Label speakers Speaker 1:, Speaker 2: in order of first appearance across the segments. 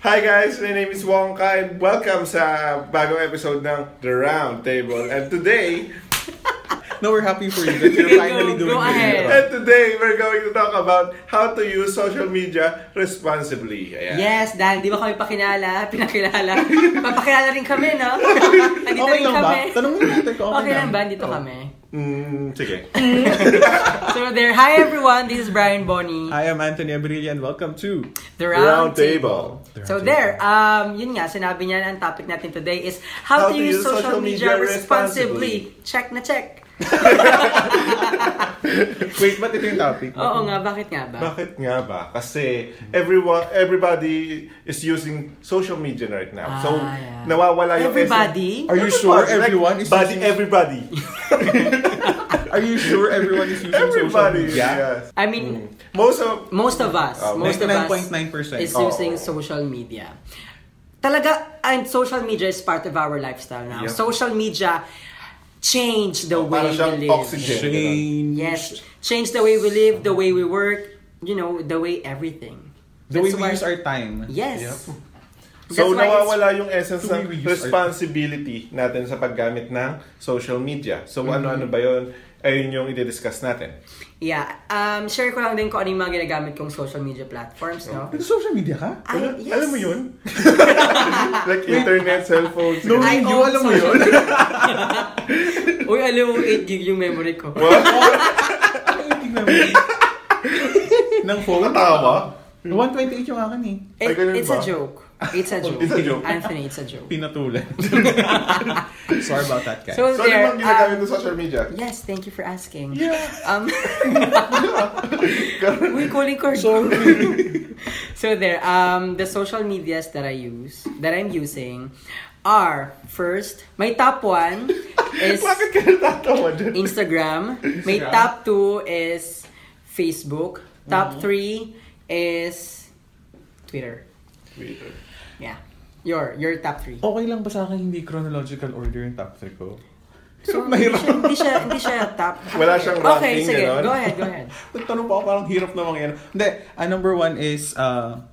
Speaker 1: Hi guys, my name is Wongka and welcome sa bagong episode ng The Round Table. And today,
Speaker 2: No, we're happy for you that you're finally
Speaker 3: Go,
Speaker 2: doing
Speaker 3: go
Speaker 2: the
Speaker 3: ahead.
Speaker 2: intro.
Speaker 1: and today we're going to talk about how to use social media responsibly. Ayan.
Speaker 3: Yes, dahil di ba kami pakilala, pinakilala. Papakilala rin kami, no? Nandito
Speaker 2: Okay
Speaker 3: rin
Speaker 2: lang ba?
Speaker 3: kami.
Speaker 2: Tanong mo natin kung
Speaker 3: Okay,
Speaker 2: okay,
Speaker 3: lang ba? Dito kami.
Speaker 1: Mm, sige.
Speaker 3: So there, hi everyone, this is Brian Bonnie.
Speaker 2: Hi, I'm Anthony Abrilli and welcome to...
Speaker 3: The
Speaker 1: Round
Speaker 3: Round, Table.
Speaker 1: Table.
Speaker 3: So there, um, yun nga, sinabi niya na ang topic natin today is how, to use social media, responsibly. Check na check.
Speaker 2: Wait, ba't ito yung topic?
Speaker 3: Oo nga, bakit nga ba?
Speaker 1: Bakit nga ba? Kasi everyone, everybody is using social media right now. so,
Speaker 3: Ah, yeah.
Speaker 1: nawawala yung
Speaker 3: Everybody?
Speaker 2: Are you sure everyone is
Speaker 1: body,
Speaker 2: using...
Speaker 1: everybody.
Speaker 2: Are you sure everyone is using
Speaker 1: everybody.
Speaker 2: social media?
Speaker 1: Yes.
Speaker 3: I mean,
Speaker 1: Most of
Speaker 3: most of us,
Speaker 1: Oh,
Speaker 3: most of us
Speaker 2: 99.9%.
Speaker 3: is
Speaker 1: Oo.
Speaker 3: using social media. Talaga, and social media is part of our lifestyle now.
Speaker 1: Yep.
Speaker 3: Social media changed
Speaker 2: Oh,
Speaker 3: the way
Speaker 1: parang siyang
Speaker 3: we live.
Speaker 1: oxygen.
Speaker 2: Change.
Speaker 3: Yes, changed the way we live, the way we work, you know, the way everything.
Speaker 2: The way
Speaker 3: That's
Speaker 2: we
Speaker 3: why-
Speaker 2: use our time.
Speaker 3: Yes.
Speaker 1: So
Speaker 3: That's why it's-
Speaker 1: nawawala yung essence
Speaker 2: Do we
Speaker 1: ng
Speaker 2: reuse our-
Speaker 1: responsibility natin sa paggamit ng social media. So ano-ano ba yun? Ayun yung i-discuss natin.
Speaker 3: Yeah. Um, share ko lang din kung ano yung mga ginagamit kong social media platforms, no?
Speaker 2: Nasa Ano, social media ka?
Speaker 3: Ay, yes.
Speaker 1: Alam mo yun? like internet, cellphones.
Speaker 2: No, I
Speaker 3: I
Speaker 2: you
Speaker 3: own
Speaker 2: alam mo yun?
Speaker 3: social- Uy, alam mo, 8 gig yung memory ko.
Speaker 2: Ano Tingnan mo. Ng phone?
Speaker 1: Tawa?
Speaker 2: 128 yung akin eh.
Speaker 1: Ay,
Speaker 3: It-
Speaker 1: ganun
Speaker 3: it's
Speaker 1: ba?
Speaker 3: a joke. It's a joke.
Speaker 1: It's a joke.
Speaker 3: Anthony, it's a joke.
Speaker 2: Pinatulan. Sorry about that, guys.
Speaker 3: So,
Speaker 1: So ano
Speaker 3: there,
Speaker 1: bang ginagamit
Speaker 3: um,
Speaker 1: ng social media?
Speaker 3: Yes, thank you for asking.
Speaker 1: Yeah.
Speaker 3: Um, we calling cord. so there, um, the social medias that I use, that I'm using, are first, my top one is
Speaker 1: Bakit ka natatawa dyan?
Speaker 3: Instagram. My
Speaker 2: Instagram.
Speaker 3: top two is Facebook.
Speaker 1: Mm-hmm.
Speaker 3: Top three is Twitter. Yeah. Your your top three.
Speaker 2: Okay lang ba sa akin hindi chronological order yung top 3 ko? So,
Speaker 3: Hindi siya,
Speaker 2: mahirap.
Speaker 3: hindi siya, hindi siya top.
Speaker 1: Wala siyang
Speaker 3: Okay,
Speaker 1: ranking,
Speaker 3: sige.
Speaker 1: ganon?
Speaker 3: Go ahead, go ahead.
Speaker 2: Nagtanong pa ako, parang hirap namang yan. Hindi, ah, number one is, uh,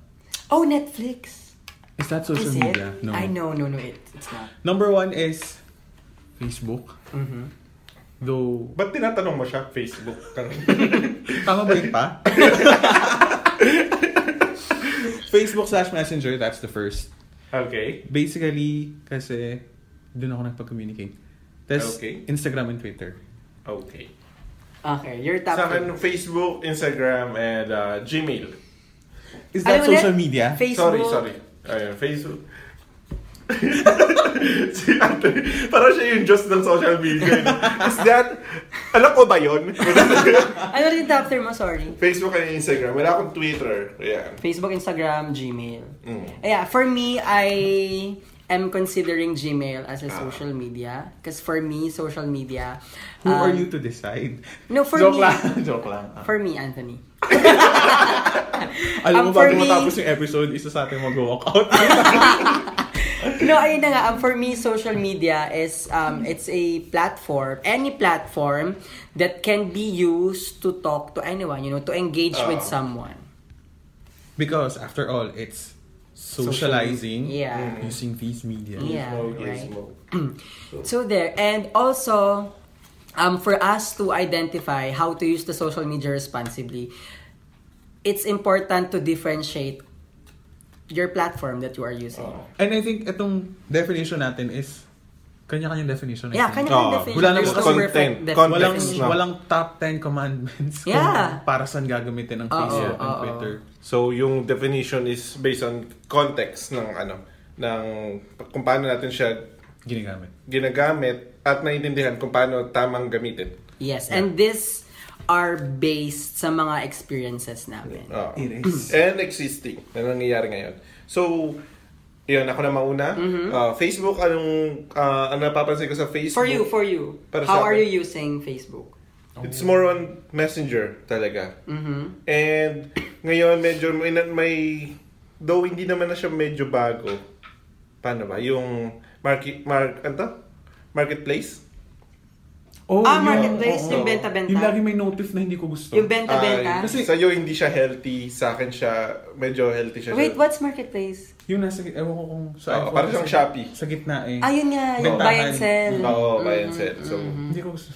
Speaker 3: Oh, Netflix.
Speaker 2: is that social
Speaker 3: Is it?
Speaker 2: media?
Speaker 3: I know, no, no, it, it's not. Mm-hmm.
Speaker 2: Number one is Facebook. Though,
Speaker 1: Ba't tinatanong mo siya? Facebook ka rin.
Speaker 2: tama ba yun pa? Facebook slash Messenger, that's the first.
Speaker 1: Okay.
Speaker 2: Basically, kasi doon ako nagpag-communicate. Tapos,
Speaker 1: Okay.
Speaker 2: Instagram and Twitter.
Speaker 1: Okay.
Speaker 3: Okay, your top
Speaker 1: Sa
Speaker 3: three.
Speaker 1: akin, Facebook, Instagram, and uh, Gmail.
Speaker 2: Is
Speaker 3: Ano
Speaker 2: that social
Speaker 3: ulit?
Speaker 2: media?
Speaker 3: Facebook.
Speaker 1: Sorry, sorry. Ayun, Facebook. si Ate, parang siya yung Diyos ng social media. no? Is that, alam ko ba yun?
Speaker 3: Ano rin top three mo, sorry?
Speaker 1: Facebook and Instagram. Wala akong Twitter. Ayan.
Speaker 3: Facebook, Instagram, Gmail.
Speaker 1: Mm.
Speaker 3: Yeah, for me, I am considering Gmail as a social media. Because for me, social media...
Speaker 2: Who
Speaker 3: um,
Speaker 2: are you to decide?
Speaker 3: No, for
Speaker 2: Joke
Speaker 3: me...
Speaker 2: lang. Joke lang. Ah.
Speaker 3: For me, Anthony.
Speaker 2: Alam mo,
Speaker 3: Um, for
Speaker 2: bago
Speaker 3: me-
Speaker 2: matapos yung episode, isa sa atin mag-walk out.
Speaker 3: No, ayun na nga. Um, for me, social media is um, it's a platform, any platform that can be used to talk to anyone, you know, to engage with
Speaker 1: Oo.
Speaker 3: someone.
Speaker 2: Because after all, it's socializing
Speaker 3: Yeah.
Speaker 2: using these media.
Speaker 3: Yeah,
Speaker 1: Gizmo,
Speaker 3: right.
Speaker 1: gizmo.
Speaker 3: So there, and also, um, for us to identify how to use the social media responsibly, it's important to differentiate your platform that you are using.
Speaker 1: Oo.
Speaker 2: And I think itong definition natin is kanya-kanyang definition. I
Speaker 3: Yeah,
Speaker 2: think.
Speaker 3: kind of
Speaker 1: Oo.
Speaker 3: definition.
Speaker 2: Wala
Speaker 3: There's
Speaker 2: namang
Speaker 3: no perfect
Speaker 1: content.
Speaker 3: definition.
Speaker 1: Context
Speaker 2: Walang,
Speaker 1: lang.
Speaker 2: walang top 10 commandments kung
Speaker 3: Yeah.
Speaker 2: para saan gagamitin ang
Speaker 3: Oo,
Speaker 2: Facebook and
Speaker 3: oo.
Speaker 2: Twitter.
Speaker 1: So, yung definition is based on context ng ano, ng kung paano natin siya
Speaker 2: Ginagamit.
Speaker 1: ginagamit at naiintindihan kung paano tamang gamitin.
Speaker 3: Yes, and these are based sa mga experiences namin.
Speaker 1: Oo.
Speaker 2: It is.
Speaker 1: Ah. And existing na nangyayari ngayon. So, yun, ako na mauna.
Speaker 3: Mm-hmm.
Speaker 1: Ah, Facebook, anong, ah, ang napapansin ko sa Facebook?
Speaker 3: For you, for you.
Speaker 1: Para sa
Speaker 3: how are
Speaker 1: akin.
Speaker 3: you using Facebook?
Speaker 1: It's more on messenger talaga.
Speaker 3: Mhm.
Speaker 1: And ngayon medyo may, may though hindi naman na siya medyo bago. Paano ba? Yung market mark ano to? Marketplace?
Speaker 2: Oh,
Speaker 4: Ah,
Speaker 2: yun.
Speaker 4: marketplace,
Speaker 2: Oo.
Speaker 4: yung benta-benta.
Speaker 2: Yung lagi may notice na hindi ko gusto.
Speaker 4: Yung benta-benta.
Speaker 1: Ah,
Speaker 2: Kasi-
Speaker 1: sa'yo hindi siya healthy, sa akin siya medyo healthy siya.
Speaker 4: Wait, what's marketplace?
Speaker 2: Yung nasa, ewan ko kung sa
Speaker 1: Oo, parang siyang Shopee.
Speaker 2: Sa gitna eh.
Speaker 3: Ah,
Speaker 4: Ayun nga, yung
Speaker 2: Bentahan.
Speaker 4: buy and sell.
Speaker 1: Mm.
Speaker 3: Mm-hmm.
Speaker 1: Oo, buy and sell. So,
Speaker 2: Hindi ko gusto.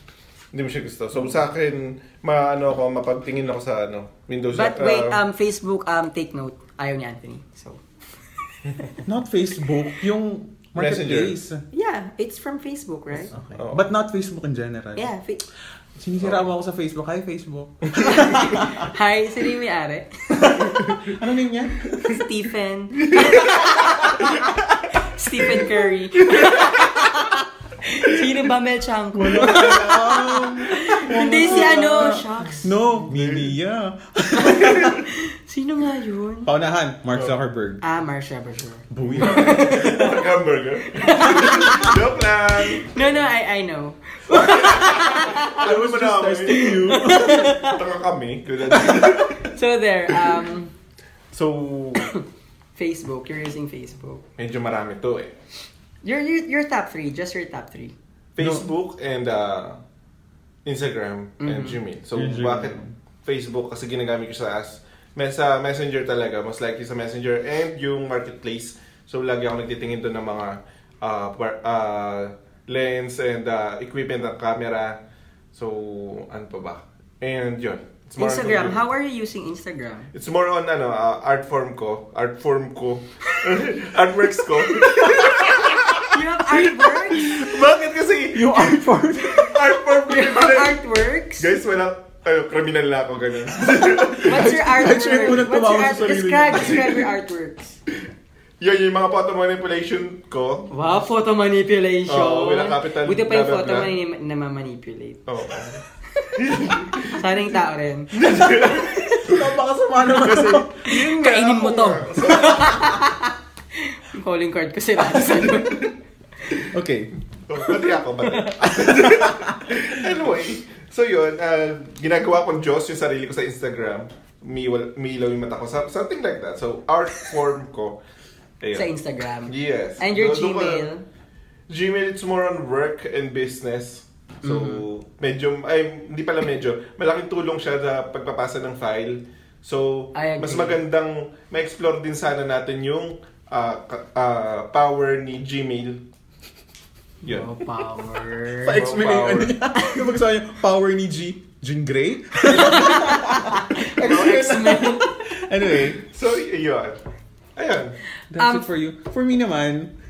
Speaker 1: hindi mo siya gusto. So, sa akin, maano ako, mapagtingin ako sa ano, Windows.
Speaker 3: But
Speaker 1: ah,
Speaker 3: wait, um, Facebook, um, take note. Ayaw ni Anthony. So,
Speaker 2: Not Facebook, yung marketplace.
Speaker 3: yeah, it's from Facebook, right?
Speaker 2: Okay.
Speaker 1: Oo.
Speaker 2: But not Facebook in general.
Speaker 3: Yeah. Fa-
Speaker 2: Sinisira mo ako sa Facebook. Hi, Facebook.
Speaker 3: Hi, sino yung may-ari?
Speaker 2: ano name niya?
Speaker 3: Stephen. Stephen Curry. sino ba Mel Chanko? Hindi si ano. Shucks.
Speaker 2: Um, no, Mimiya.
Speaker 3: Sino nga yun?
Speaker 2: Paunahan, Mark Zuckerberg.
Speaker 3: Ah, Marsha, for sure.
Speaker 2: Buya.
Speaker 3: um,
Speaker 1: Parang hamburger. Joke lang!
Speaker 3: No, no, I I know.
Speaker 1: Alam mo na kami.
Speaker 2: you.
Speaker 1: Tanga kami.
Speaker 3: So there, um,
Speaker 1: So,
Speaker 3: Facebook. You're using Facebook.
Speaker 1: medyo marami to eh.
Speaker 3: Your, your, your top three. Just your top three.
Speaker 1: Facebook and uh, Instagram
Speaker 3: Mm-hmm.
Speaker 1: and Gmail. So,
Speaker 2: Yung Gmail.
Speaker 1: bakit Facebook? Kasi ginagamit ko siya as mes- sa messenger talaga. Mas likely sa messenger and yung marketplace. So, lagi ako nagtitingin doon ng mga uh, par- uh, lens and uh, equipment ng camera. So, ano pa ba? And yun. It's more on
Speaker 3: Instagram.
Speaker 1: computer.
Speaker 3: How are you using Instagram?
Speaker 1: It's more on ano, uh, art form ko, art form ko, artworks ko.
Speaker 3: You have artworks?
Speaker 1: Bakit kasi
Speaker 2: yung art form.
Speaker 1: art form ko
Speaker 3: You
Speaker 1: yung
Speaker 3: have artworks?
Speaker 1: Guys, wala, ayo, criminal na ako ganun.
Speaker 3: What's your artwork?
Speaker 2: Actually, unang
Speaker 3: What's
Speaker 2: tumawa sa
Speaker 3: your art?
Speaker 2: sarili
Speaker 3: Describe,
Speaker 2: niya.
Speaker 3: describe your artworks.
Speaker 1: yun, yung mga photo manipulation ko.
Speaker 3: Wow, photo manipulation.
Speaker 1: Oo, wala capital,
Speaker 3: Buti pa yung
Speaker 1: blah, blah,
Speaker 3: photo
Speaker 1: blah.
Speaker 3: mani- na mamanipulate.
Speaker 1: Oh.
Speaker 3: Sana yung tao rin.
Speaker 2: Napakasama naman.
Speaker 1: Kasi, yun nga.
Speaker 3: Kainin
Speaker 1: ako
Speaker 3: mo to.
Speaker 1: nga. So,
Speaker 3: Yung calling card ko si Ransan.
Speaker 2: Okay.
Speaker 1: oh, Pati ako, pati. anyway, so yun, ah, ginagawa kong Diyos yung sarili ko sa Instagram. Umiwal- Umilaw yung mata ko. Some- Something like that. So, art form ko. Ayun.
Speaker 3: sa Instagram.
Speaker 1: Yes.
Speaker 3: And your
Speaker 1: Doon- doon ko-
Speaker 3: Gmail.
Speaker 1: Gmail, it's more on work and business. So,
Speaker 2: Mm-hmm.
Speaker 1: medyo, ay, hindi pala medyo, malaking tulong siya sa pagpapasa ng file. So,
Speaker 3: I agree.
Speaker 1: mas magandang ma-explore din sana natin yung ah, ka- ah, power ni Gmail. Yun.
Speaker 3: Oh, power.
Speaker 2: Pa-explain yung
Speaker 1: Power.
Speaker 2: ano niya. Yung magsasabi niya, power ni G. Jean Grey? Ano, anyway,
Speaker 1: So, y- yun. Ayun.
Speaker 2: that's
Speaker 3: Um,
Speaker 2: it for you. For me naman,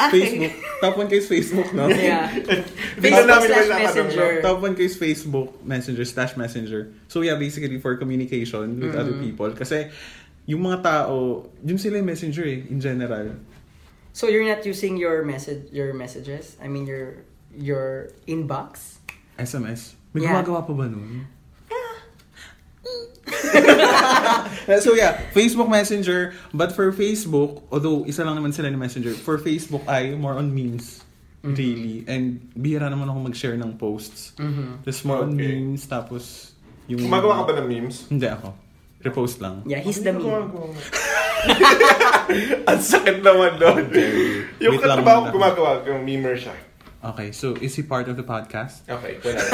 Speaker 3: Okay.
Speaker 2: Facebook. Top 1 case Facebook, no?
Speaker 3: Yeah.
Speaker 1: Bigla
Speaker 3: Facebook
Speaker 1: namin
Speaker 3: slash
Speaker 1: wala ka,
Speaker 3: Messenger.
Speaker 2: Top one ko is Facebook Messenger slash Messenger. So yeah, basically for communication with other
Speaker 1: Mm-hmm.
Speaker 2: people. Kasi yung mga tao, yun sila yung messenger eh, in general.
Speaker 3: So you're not using your message your messages? I mean your your inbox?
Speaker 2: SMS. May
Speaker 3: Yeah.
Speaker 2: gumagawa pa ba nun? so yeah, Facebook Messenger. But for Facebook, although isa lang naman sila ni Messenger, for Facebook ay more on memes.
Speaker 1: Mm-hmm.
Speaker 2: Daily. And bihira naman ako mag-share ng posts.
Speaker 3: Mhm.
Speaker 2: Tapos more on
Speaker 1: Mm-hmm. Okay.
Speaker 2: memes, tapos yung...
Speaker 1: Gumagawa ka ba ng memes?
Speaker 2: Hindi ako. Repost lang.
Speaker 3: Yeah, he's the meme.
Speaker 1: Ang sakit naman doon. Yung
Speaker 2: Wait lang
Speaker 1: katrabaho
Speaker 2: muna.
Speaker 1: ko gumagawa, yung memer siya.
Speaker 2: Okay, so is he part of the podcast?
Speaker 1: Okay, wala.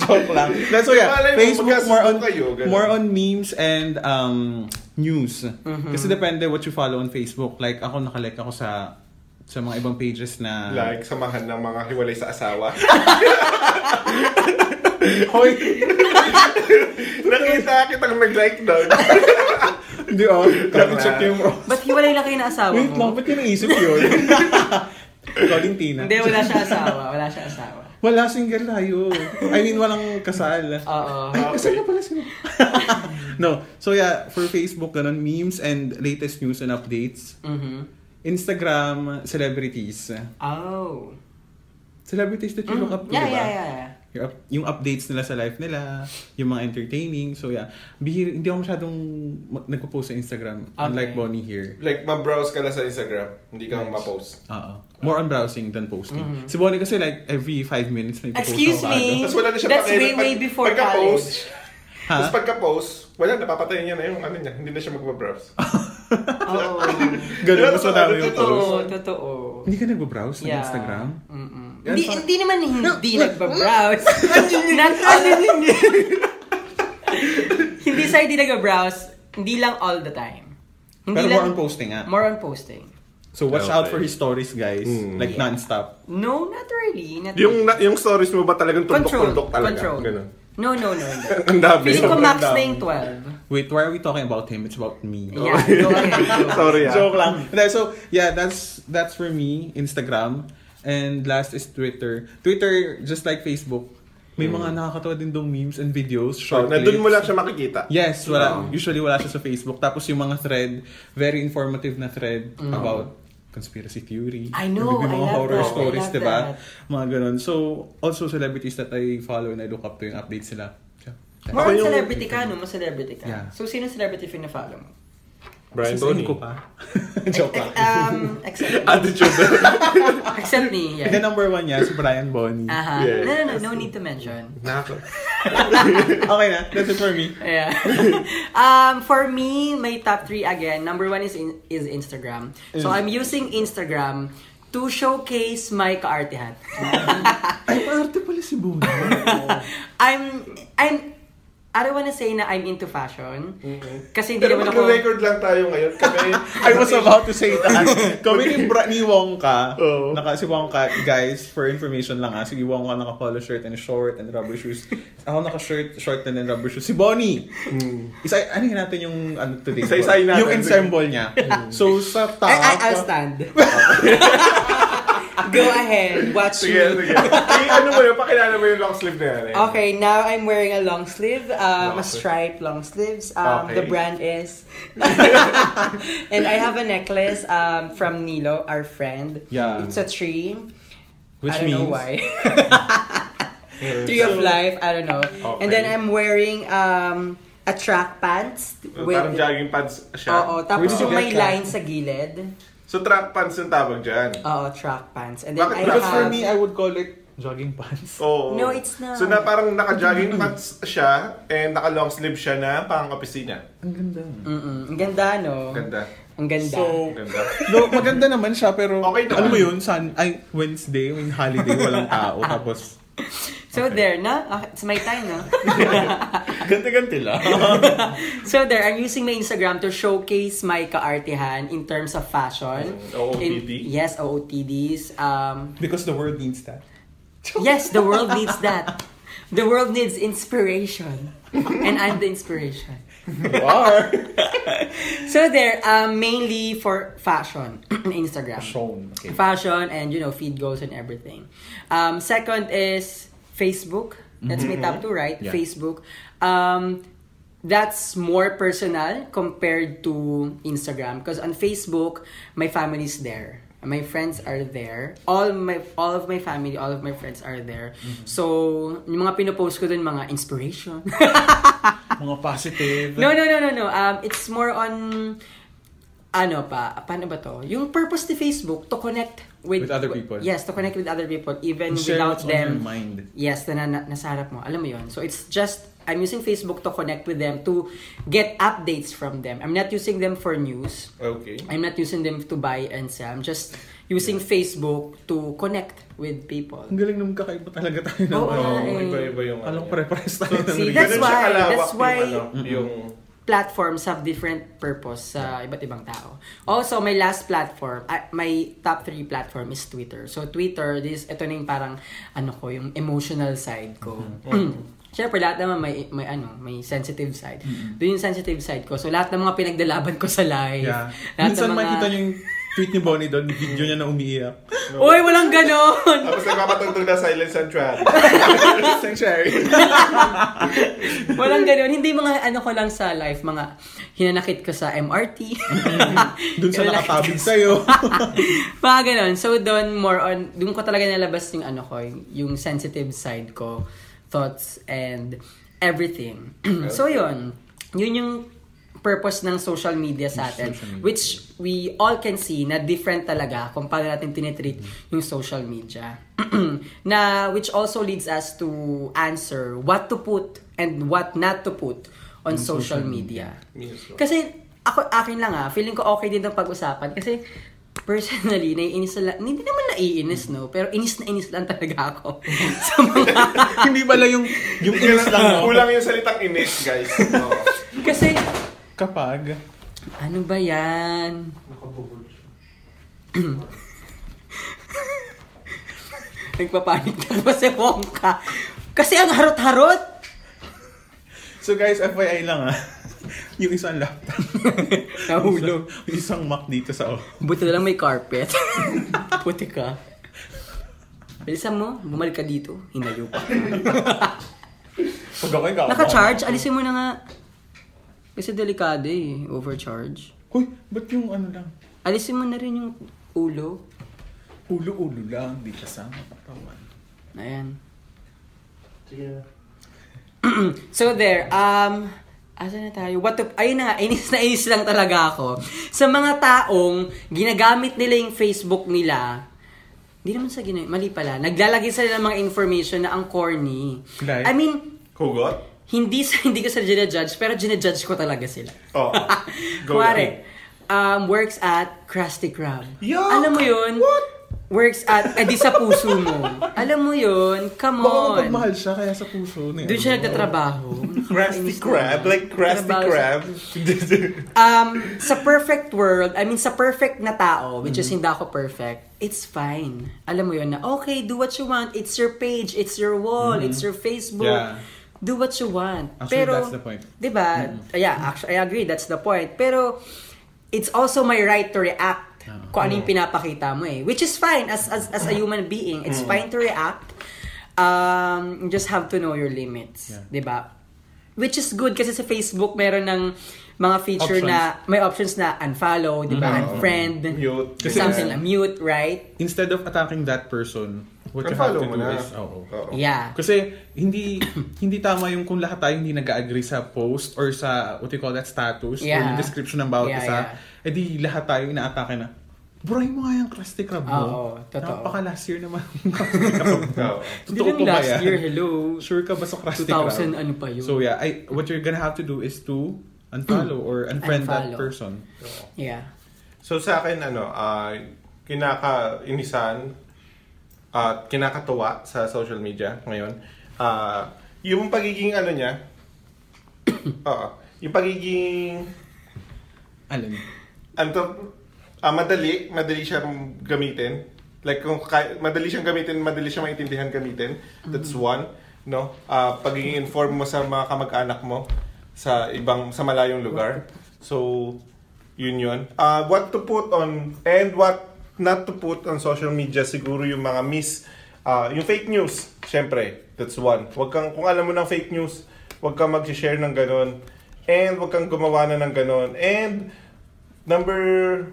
Speaker 2: Joke lang. That's so yeah,
Speaker 1: Malay mo,
Speaker 2: Facebook more on
Speaker 1: kayo, ganun.
Speaker 2: more on memes and um news. Kasi depende what you follow on Facebook. Like ako nakalike ako sa sa mga ibang pages na
Speaker 1: Like, samahan ng mga hiwalay sa asawa.
Speaker 2: Hoy,
Speaker 1: Nakita kitang nag-like doon.
Speaker 2: hindi oh. Grabe check yung
Speaker 3: But hiwalay na kayo na asawa
Speaker 2: Wait lang,
Speaker 3: mo.
Speaker 2: ba't yung naisip yun? Calling Tina.
Speaker 3: Hindi, wala siya asawa. Wala siya asawa.
Speaker 2: Wala single tayo. I mean, walang kasal.
Speaker 1: Ah,
Speaker 3: Oo.
Speaker 2: Ay, kasal na pala sila. no. So yeah, for Facebook, ganun, memes and latest news and updates.
Speaker 3: Mm-hmm.
Speaker 2: Instagram celebrities.
Speaker 3: Oh.
Speaker 2: Celebrities that you look up to,
Speaker 3: Mm, Yeah,
Speaker 2: diba?
Speaker 3: yeah, yeah, yeah.
Speaker 2: Your up- Yung updates nila sa life nila, yung mga entertaining. So yeah, Bihir, hindi ako masyadong ma- nagpo-post sa Instagram.
Speaker 3: Okay.
Speaker 2: Unlike Bonnie here.
Speaker 1: like, ma-browse ka lang sa Instagram. Hindi ka
Speaker 2: Nice.
Speaker 1: ma-post.
Speaker 2: Oo. More on browsing than posting. Si Bonnie kasi like every five minutes may post
Speaker 3: Mm-hmm.
Speaker 2: ano?
Speaker 3: Excuse me.
Speaker 1: Tapos wala na siya
Speaker 3: That's
Speaker 1: pakialam.
Speaker 3: way, way before
Speaker 1: pagka-post,
Speaker 2: Ha?
Speaker 1: Tapos pagka-post, wala, napapatayin niya na yung ano niya. Hindi na siya mag-browse.
Speaker 3: Oo.
Speaker 1: Ano
Speaker 2: Ganun, mas madami yung
Speaker 1: Totoo.
Speaker 2: post.
Speaker 3: Totoo, totoo.
Speaker 2: Hindi ka nagbabrowse ng
Speaker 3: Yeah.
Speaker 2: Instagram?
Speaker 3: Mm-mm.
Speaker 2: Yan,
Speaker 3: Hindi,
Speaker 2: parang-
Speaker 3: hindi naman hindi nagbabrowse. Not all hindi. hindi sa hindi nagbabrowse, hindi lang all the time. Hindi
Speaker 2: Pero
Speaker 3: lang,
Speaker 2: more on posting ah.
Speaker 3: More on posting.
Speaker 2: So watch
Speaker 1: Okay.
Speaker 2: out for his stories guys.
Speaker 1: Mm.
Speaker 2: Like non-stop.
Speaker 3: No, not really. Not
Speaker 1: Yung,
Speaker 3: really.
Speaker 1: na- yung stories mo ba talagang
Speaker 3: control.
Speaker 1: tumpok-tumpok talaga?
Speaker 3: Control.
Speaker 1: Ganun.
Speaker 3: No, no, no. hindi.
Speaker 1: Ang dami.
Speaker 3: Feeling ko
Speaker 1: Sobrang
Speaker 3: max
Speaker 1: dami.
Speaker 3: na yung 12.
Speaker 2: Wait, why are we talking about him? It's about me.
Speaker 3: Yeah, go ahead.
Speaker 1: Sorry ah.
Speaker 2: Joke lang. Hindi, So, yeah, that's that's for me, Instagram. And last is Twitter. Twitter, just like Facebook, may mga nakakatawa din dong memes and videos,
Speaker 1: So,
Speaker 2: short
Speaker 1: Hmm. Oh, nandun
Speaker 2: clips.
Speaker 1: mo lang siya makikita.
Speaker 2: Yes, wala. Usually wala siya sa Facebook. Tapos yung mga thread, very informative na thread
Speaker 1: Hmm.
Speaker 2: about conspiracy theory.
Speaker 3: I know,
Speaker 2: Or maybe
Speaker 3: I
Speaker 2: mga
Speaker 3: love
Speaker 2: horror
Speaker 3: that, I
Speaker 2: stories,
Speaker 3: love
Speaker 2: diba?
Speaker 3: that.
Speaker 2: Mga ganun. So, also celebrities that I follow and I look up to yung updates nila. Yeah.
Speaker 3: More
Speaker 1: Ako
Speaker 3: on
Speaker 1: yung-
Speaker 3: celebrity ka, no? Mas celebrity ka.
Speaker 2: Yeah.
Speaker 3: So, sino celebrity fina-follow mo?
Speaker 1: Brian Tony.
Speaker 2: Sasabihin ko pa. Joke lang.
Speaker 3: Um, except
Speaker 1: Ano?
Speaker 3: me.
Speaker 1: Attitude.
Speaker 3: Except me,
Speaker 2: The
Speaker 3: yeah.
Speaker 2: number one niya, si Brian Bonnie.
Speaker 3: Aha.
Speaker 1: Yeah.
Speaker 3: No, no, no. No need to mention.
Speaker 1: Nako.
Speaker 2: okay na, that's it for me.
Speaker 3: Yeah. um, for me, my top three again. Number one is in, is Instagram. So I'm using Instagram to showcase my kaartehan.
Speaker 2: Ay, maarte pala si Bonnie.
Speaker 3: I'm I'm I don't wanna say na I'm into fashion. Kasi hindi
Speaker 1: Pero
Speaker 3: naman ako...
Speaker 1: mag-record lang tayo ngayon. Kami,
Speaker 2: I was about to say that. Kami ni, Bra- ni Wongka,
Speaker 1: Oo.
Speaker 2: naka, si Wongka, guys, for information lang ha, si Wongka naka-polo shirt and short and rubber shoes. Ako naka-shirt, short and then rubber shoes. Si Bonnie! Isa, ano yun natin yung ano today?
Speaker 1: Isa-isahin natin.
Speaker 2: Yung ensemble niya. so, sa top...
Speaker 3: I, I, I'll stand. Go ahead. Watch
Speaker 1: Sige,
Speaker 3: me.
Speaker 1: sige. Eh, ano mo yun? Pakilala mo yung long sleeve na yan. eh.
Speaker 3: Okay, now I'm wearing a long sleeve, um,
Speaker 1: Long sleeve.
Speaker 3: a striped long sleeves. Um,
Speaker 1: Okay.
Speaker 3: The brand is, and I have a necklace um, from Nilo, our friend.
Speaker 2: Yeah.
Speaker 3: it's a tree.
Speaker 2: Which
Speaker 3: I don't
Speaker 2: means,
Speaker 3: know why. tree of life. I don't know. And then
Speaker 1: Okay.
Speaker 3: I'm wearing um, a track pants
Speaker 1: Parang
Speaker 3: with.
Speaker 1: jogging pants siya.
Speaker 3: Oo, tapos
Speaker 2: Where did you
Speaker 3: yung may
Speaker 2: get that?
Speaker 3: line sa gilid.
Speaker 1: So, track pants yung tawag dyan.
Speaker 3: Oo, track pants. And then
Speaker 1: Bakit
Speaker 3: I
Speaker 1: track
Speaker 2: Because for
Speaker 3: have...
Speaker 2: me, I would call it jogging pants.
Speaker 1: Oo.
Speaker 3: Oh. No, it's not.
Speaker 1: So, na parang naka-jogging pants siya and naka-long sleeve siya na pang opisina.
Speaker 2: Ang ganda.
Speaker 3: Mm-mm. Ang ganda, no?
Speaker 1: Ganda.
Speaker 3: Ang ganda.
Speaker 2: So,
Speaker 1: Ganda.
Speaker 2: No, maganda naman siya, pero
Speaker 1: Okay naman.
Speaker 2: ano mo yun, sun, ay, Wednesday, yung holiday, walang tao, tapos...
Speaker 3: So there, na? Ah, It's my time, na?
Speaker 2: Ganti-ganti lang.
Speaker 3: So there, I'm using my Instagram to showcase my kaartehan in terms of fashion.
Speaker 1: Oh, OOTD?
Speaker 3: In- yes, OOTDs. Um,
Speaker 2: Because the world needs that.
Speaker 3: yes, the world needs that. The world needs inspiration. And I'm the inspiration.
Speaker 2: You are.
Speaker 3: So there, um, mainly for fashion, Instagram.
Speaker 2: Shown. Okay.
Speaker 3: Fashion and, you know, feed goals and everything. Um, second is Facebook. That's my top two, right?
Speaker 2: Mm-hmm. Yeah.
Speaker 3: Facebook. Um, that's more personal compared to Instagram because on Facebook, my family's there. My friends are there. All my all of my family, all of my friends are there.
Speaker 2: Mm-hmm.
Speaker 3: So, yung mga pinopost ko dun, mga inspiration.
Speaker 2: Mga positive.
Speaker 3: Ah. no, no, no, no, no. Um, it's more on ano pa, paano ba to? Yung purpose ni Facebook to connect with,
Speaker 2: With other people.
Speaker 3: Yes, to connect with other people even
Speaker 2: And share
Speaker 3: without
Speaker 2: what's on
Speaker 3: them.
Speaker 2: your mind.
Speaker 3: Yes, na, na nasa harap mo. Alam mo 'yon. So it's just I'm using Facebook to connect with them to get updates from them. I'm not using them for news.
Speaker 1: Okay.
Speaker 3: I'm not using them to buy and sell. I'm just using Facebook to connect with people.
Speaker 2: Ang galing naman kakaiba talaga tayo ng
Speaker 3: Oo,
Speaker 2: ano.
Speaker 3: nga eh.
Speaker 1: Iba-iba yung... ano
Speaker 2: Alam pare-pares tayo ng
Speaker 3: See,
Speaker 2: reason.
Speaker 3: that's
Speaker 1: Ganun siya
Speaker 3: why-
Speaker 1: kalawak
Speaker 3: that's why-
Speaker 1: Yung, ano, yung
Speaker 3: platforms have different purpose sa iba't ibang tao. Also, my last platform, ah, my top three platform is Twitter. So, Twitter, this, ito na yung parang, ano ko, yung emotional side ko.
Speaker 2: Mm-hmm.
Speaker 3: Siyempre, lahat naman may, may, ano, may sensitive side.
Speaker 2: Mm-hmm.
Speaker 3: Doon yung sensitive side ko. So, lahat ng mga pinagdalaban ko sa life.
Speaker 2: Yeah.
Speaker 3: Lahat
Speaker 2: Minsan
Speaker 3: ng mga...
Speaker 2: makita niyo yung tweet ni Bonnie doon, video niya na umiiyak.
Speaker 3: Uy, walang ganon!
Speaker 1: tapos nagpapatugtog na Silent Sanctuary.
Speaker 2: Sanctuary.
Speaker 3: walang ganon. Hindi mga, ano ko lang sa life, mga hinanakit ko sa MRT.
Speaker 2: Mm-hmm. Doon sa
Speaker 3: Hinanakit ko
Speaker 2: nakatabig sa'yo.
Speaker 3: Mga ganun. So, doon more on, doon ko talaga nalabas yung ano ko, yung sensitive side ko, thoughts, and everything. so, yun. Yun yung purpose ng social media sa atin,
Speaker 2: Social media.
Speaker 3: which we all can see na different talaga kung paano natin tinitreat yung social media. na which also leads us to answer what to put and what not to put on social media.
Speaker 1: Yes,
Speaker 3: ah, Kasi, ako, akin lang ha, feeling ko okay din itong pag-usapan. Kasi, personally, naiinis na lang. Hindi naman naiinis, no? Pero inis na inis lang talaga ako. sa mga...
Speaker 2: Hindi pala yung, yung inis lang
Speaker 1: Kulang-
Speaker 2: no?
Speaker 1: Kulang yung salitang inis, guys. Oo.
Speaker 3: Kasi,
Speaker 2: Kapag,
Speaker 3: ano ba yan? Nagpapanik na ba si Wongka? Kasi ang harot-harot!
Speaker 2: so guys, FYI lang ah. Yung isang laptop.
Speaker 3: Nahulog.
Speaker 2: Yung isang Mac dito sa oh.
Speaker 3: Buti na lang may carpet. Puti ka. Bilisan mo, bumalik ka dito. Hinayo pa.
Speaker 2: Pag ako'y kakabang.
Speaker 3: Naka-charge? Alisin mo na nga. Kasi delikado eh, overcharge.
Speaker 2: Hoy, ba't yung ano lang?
Speaker 3: Alisin mo na rin yung ulo.
Speaker 2: Ulo-ulo lang, di kasama katawan.
Speaker 3: Ayan. so there, um, asa na tayo? What to, ayun na nga, inis na inis lang talaga ako. Sa mga taong ginagamit nila yung Facebook nila, hindi naman sa ginagamit, mali pala, naglalagay sila ng mga information na ang corny.
Speaker 2: Like?
Speaker 3: I mean,
Speaker 1: Hugot?
Speaker 3: hindi sa, hindi ko sila ginajudge, pero ginajudge ko talaga sila.
Speaker 1: Oo. Go
Speaker 3: Kuwari, um, works at Krusty Krab.
Speaker 2: Yo!
Speaker 3: Alam mo yun?
Speaker 2: What?
Speaker 3: Works at, edi sa puso mo. Alam mo yun? Come
Speaker 2: Baka
Speaker 3: on.
Speaker 2: mapagmahal siya, kaya sa puso niya.
Speaker 3: Doon siya nagtatrabaho.
Speaker 1: Krusty
Speaker 3: Nakakainis
Speaker 1: Krab?
Speaker 3: naman.
Speaker 1: Like Krusty
Speaker 3: Trabaho siya.
Speaker 1: Krab?
Speaker 3: Um, sa perfect world, I mean, sa perfect na tao, which is hindi ako perfect, it's fine. Alam mo yun na, okay, do what you want. It's your page, it's your wall, it's your Facebook.
Speaker 2: Yeah.
Speaker 3: Do what you want.
Speaker 2: Actually,
Speaker 3: Pero,
Speaker 2: that's the point.
Speaker 3: Di ba? Diba? Yeah, actually, I agree. That's the point. Pero, it's also my right to react
Speaker 2: Ah,
Speaker 3: kung ano yung pinapakita mo eh. Which is fine as as, as a human being. It's fine to react. Um, you just have to know your limits.
Speaker 2: Yeah.
Speaker 3: Di ba? Which is good kasi sa Facebook meron ng mga feature na may options na unfollow, di ba?
Speaker 2: Mm.
Speaker 3: Unfriend.
Speaker 1: Mute.
Speaker 2: Kasi-
Speaker 3: something like mute, right?
Speaker 2: Instead of attacking that person, what you have
Speaker 1: Unfollow
Speaker 2: to
Speaker 1: mo
Speaker 2: do
Speaker 1: na.
Speaker 2: is... Oo.
Speaker 1: Oo.
Speaker 3: Yeah.
Speaker 2: Kasi hindi hindi tama yung kung lahat tayo hindi nag-agree sa post or sa what you call that status or
Speaker 3: Yeah.
Speaker 2: yung description ng bawat
Speaker 3: Yeah,
Speaker 2: isa.
Speaker 3: yeah.
Speaker 2: Eh di lahat tayo inaatake na. Buray mo nga yung Krusty Krab mo.
Speaker 3: Oo, totoo.
Speaker 2: Napaka last year naman yung Krusty Krab.
Speaker 1: Oo.
Speaker 3: Hindi
Speaker 2: Totoo
Speaker 3: lang
Speaker 2: po ba
Speaker 3: last
Speaker 2: yan?
Speaker 3: year, hello.
Speaker 2: Sure ka ba sa Krusty Krab?
Speaker 3: 2000 ano pa yun.
Speaker 2: So yeah, I, what you're gonna have to do is to unfollow or unfriend that
Speaker 3: Unfollow.
Speaker 2: person.
Speaker 3: yeah.
Speaker 1: So sa akin ano, ah kinakainisan at kinakatuwa sa social media ngayon. ah yung pagiging ano niya. Oo. Yung pagiging
Speaker 2: Alam mo.
Speaker 1: ano to, ah, madali, madali siyang gamitin. Like kung kay- madali siyang gamitin, madali siyang maintindihan gamitin. That's one, no? Ah, pagiging inform mo sa mga kamag-anak mo sa ibang sa malayong lugar. So, yun yun. Ah, what to put on and what not to put on social media siguro yung mga miss ah, yung fake news, syempre. That's one. Wag kang kung alam mo ng fake news, wag kang mag-share ng ganun. And wag kang gumawa na ng ganun. And Number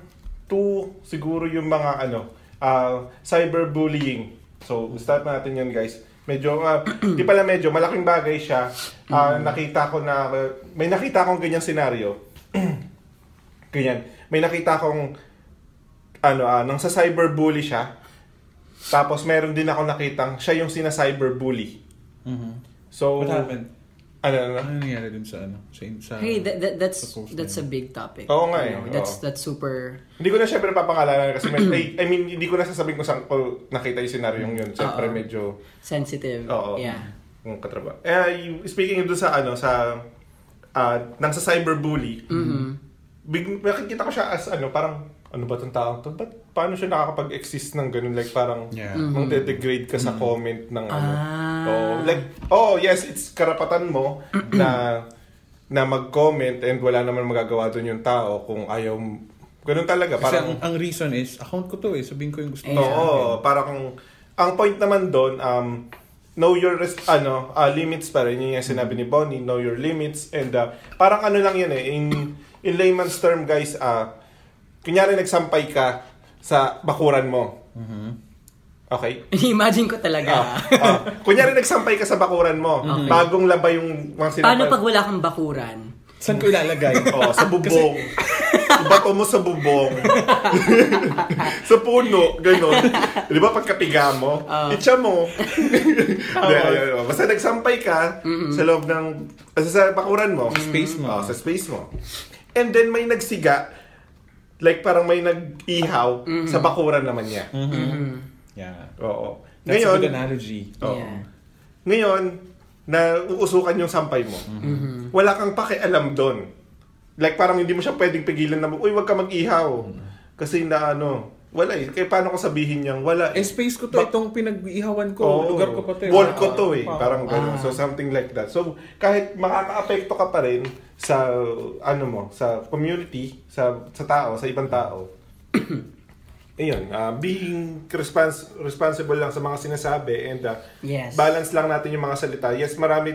Speaker 1: two, siguro yung mga ano, ah, cyberbullying. So, start natin yan guys. Medyo, ah, di pala medyo, malaking bagay siya.
Speaker 2: Mm-hmm.
Speaker 1: Ah, Nakita ko na, may nakita akong ganyang senaryo. Ganyan. May nakita akong, ano, ah, nang sa cyberbully siya. Tapos meron din ako nakitang, siya yung sina-cyberbully.
Speaker 2: Mhm.
Speaker 1: So,
Speaker 2: What happened?
Speaker 1: Ano, ano, ano?
Speaker 2: Ano nangyari dun sa ano? Sa, sa
Speaker 3: Hey, that, that, that's
Speaker 2: Sa post
Speaker 3: that's a
Speaker 2: na
Speaker 3: big topic.
Speaker 1: Oo nga eh,
Speaker 3: You know,
Speaker 1: oo.
Speaker 3: That's that's super
Speaker 1: Hindi ko na syempre papangalanan kasi may, I, I mean, hindi ko na sasabihin kung saan ko nakita yung senaryo yun. Syempre
Speaker 3: Oo.
Speaker 1: medyo
Speaker 3: sensitive.
Speaker 1: Oo.
Speaker 3: Yeah.
Speaker 1: Yung katrabaho. Eh, you- speaking doon sa ano, sa, ah, nang sa cyberbully,
Speaker 3: Mhm.
Speaker 1: Mm-hmm. big, nakikita ko siya as ano, parang, ano ba tong taong to? Ba't, paano siya nakakapag-exist ng ganun? Like, parang,
Speaker 2: Yeah. Mm-hmm.
Speaker 1: mang degrade ka sa comment ng ano.
Speaker 3: Mm-hmm. Ah.
Speaker 1: Oh, like, oh, yes, it's karapatan mo na na mag-comment and wala naman magagawa doon yung tao kung ayaw, m- ganun talaga.
Speaker 2: Kasi
Speaker 1: Parang,
Speaker 2: ang, ang reason is, account ko to eh, sabihin ko yung gusto ko.
Speaker 3: Yeah.
Speaker 1: Oo, parang ang point naman doon um know your res- ano ah, limits pa rin yun yung sinabi ni Bonnie know your limits and ah, parang ano lang yun eh in in layman's term guys ah kunyari nagsampay ka sa bakuran mo okay
Speaker 3: Mm-hmm. Imagine ko talaga.
Speaker 1: Ah, ah. kunyari nagsampay ka sa bakuran mo bagong labay yung mga sinampay
Speaker 3: Paano pag wala kang bakuran?
Speaker 2: Saan ko ilalagay?
Speaker 1: Oh, sa bubong. Ibato mo sa bubong. sa puno, gano'n. Di ba pagkapiga mo, itcha mo. Di, ayun, ayun. Basta nagsampay ka sa loob ng, sa, sa bakuran mo.
Speaker 2: Space mo.
Speaker 1: Oh, sa space mo. And then may nagsiga like parang may nag-ihaw sa bakuran naman niya.
Speaker 2: Yeah.
Speaker 1: Oo.
Speaker 2: Mm-hmm. That's a
Speaker 1: Ngayon,
Speaker 2: good analogy.
Speaker 1: oo.
Speaker 3: Yeah.
Speaker 1: Ngayon, na uusukan yung sampay mo. Wala kang pakialam doon. Like parang hindi mo siya pwedeng pigilan na, uy, wag ka mag-ihaw. Kasi na ano, wala eh. Kaya paano ko sabihin niyang wala
Speaker 2: Eh,
Speaker 1: eh.
Speaker 2: space ko to,
Speaker 1: Ba-
Speaker 2: itong pinag-ihawan ko,
Speaker 1: Oo.
Speaker 2: lugar ko ah, pa to.
Speaker 1: Wall ko to eh.
Speaker 2: Wow.
Speaker 1: Parang gano'n. So something like that. So kahit makaka-apekto ka pa rin sa ano mo, sa community, sa sa tao, sa ibang tao. Ayun, ah, being respons- responsible lang sa mga sinasabi and ah,
Speaker 3: Yes.
Speaker 1: balance lang natin yung mga salita. Yes, marami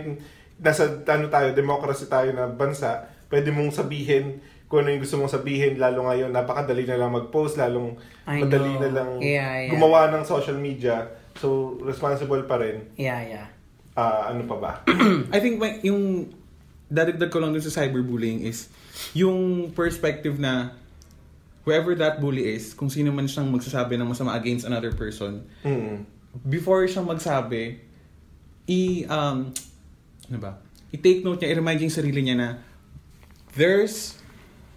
Speaker 1: nasa ano tayo, democracy tayo na bansa. Pwede mong sabihin kung ano yung gusto mong sabihin lalo ngayon napakadali na lang mag-post lalong
Speaker 3: I
Speaker 1: madali
Speaker 3: know.
Speaker 1: na lang
Speaker 3: Yeah, yeah.
Speaker 1: gumawa ng social media. So responsible pa rin.
Speaker 3: Yeah, yeah.
Speaker 1: Ah, ano pa ba?
Speaker 2: Mm. I think may, yung dadagdag ko lang dun sa cyberbullying is yung perspective na whoever that bully is, kung sino man siyang magsasabi ng masama against another person,
Speaker 1: Mm.
Speaker 2: before siyang magsabi, i um ano ba? I-take note niya, i-remind niya yung sarili niya na there's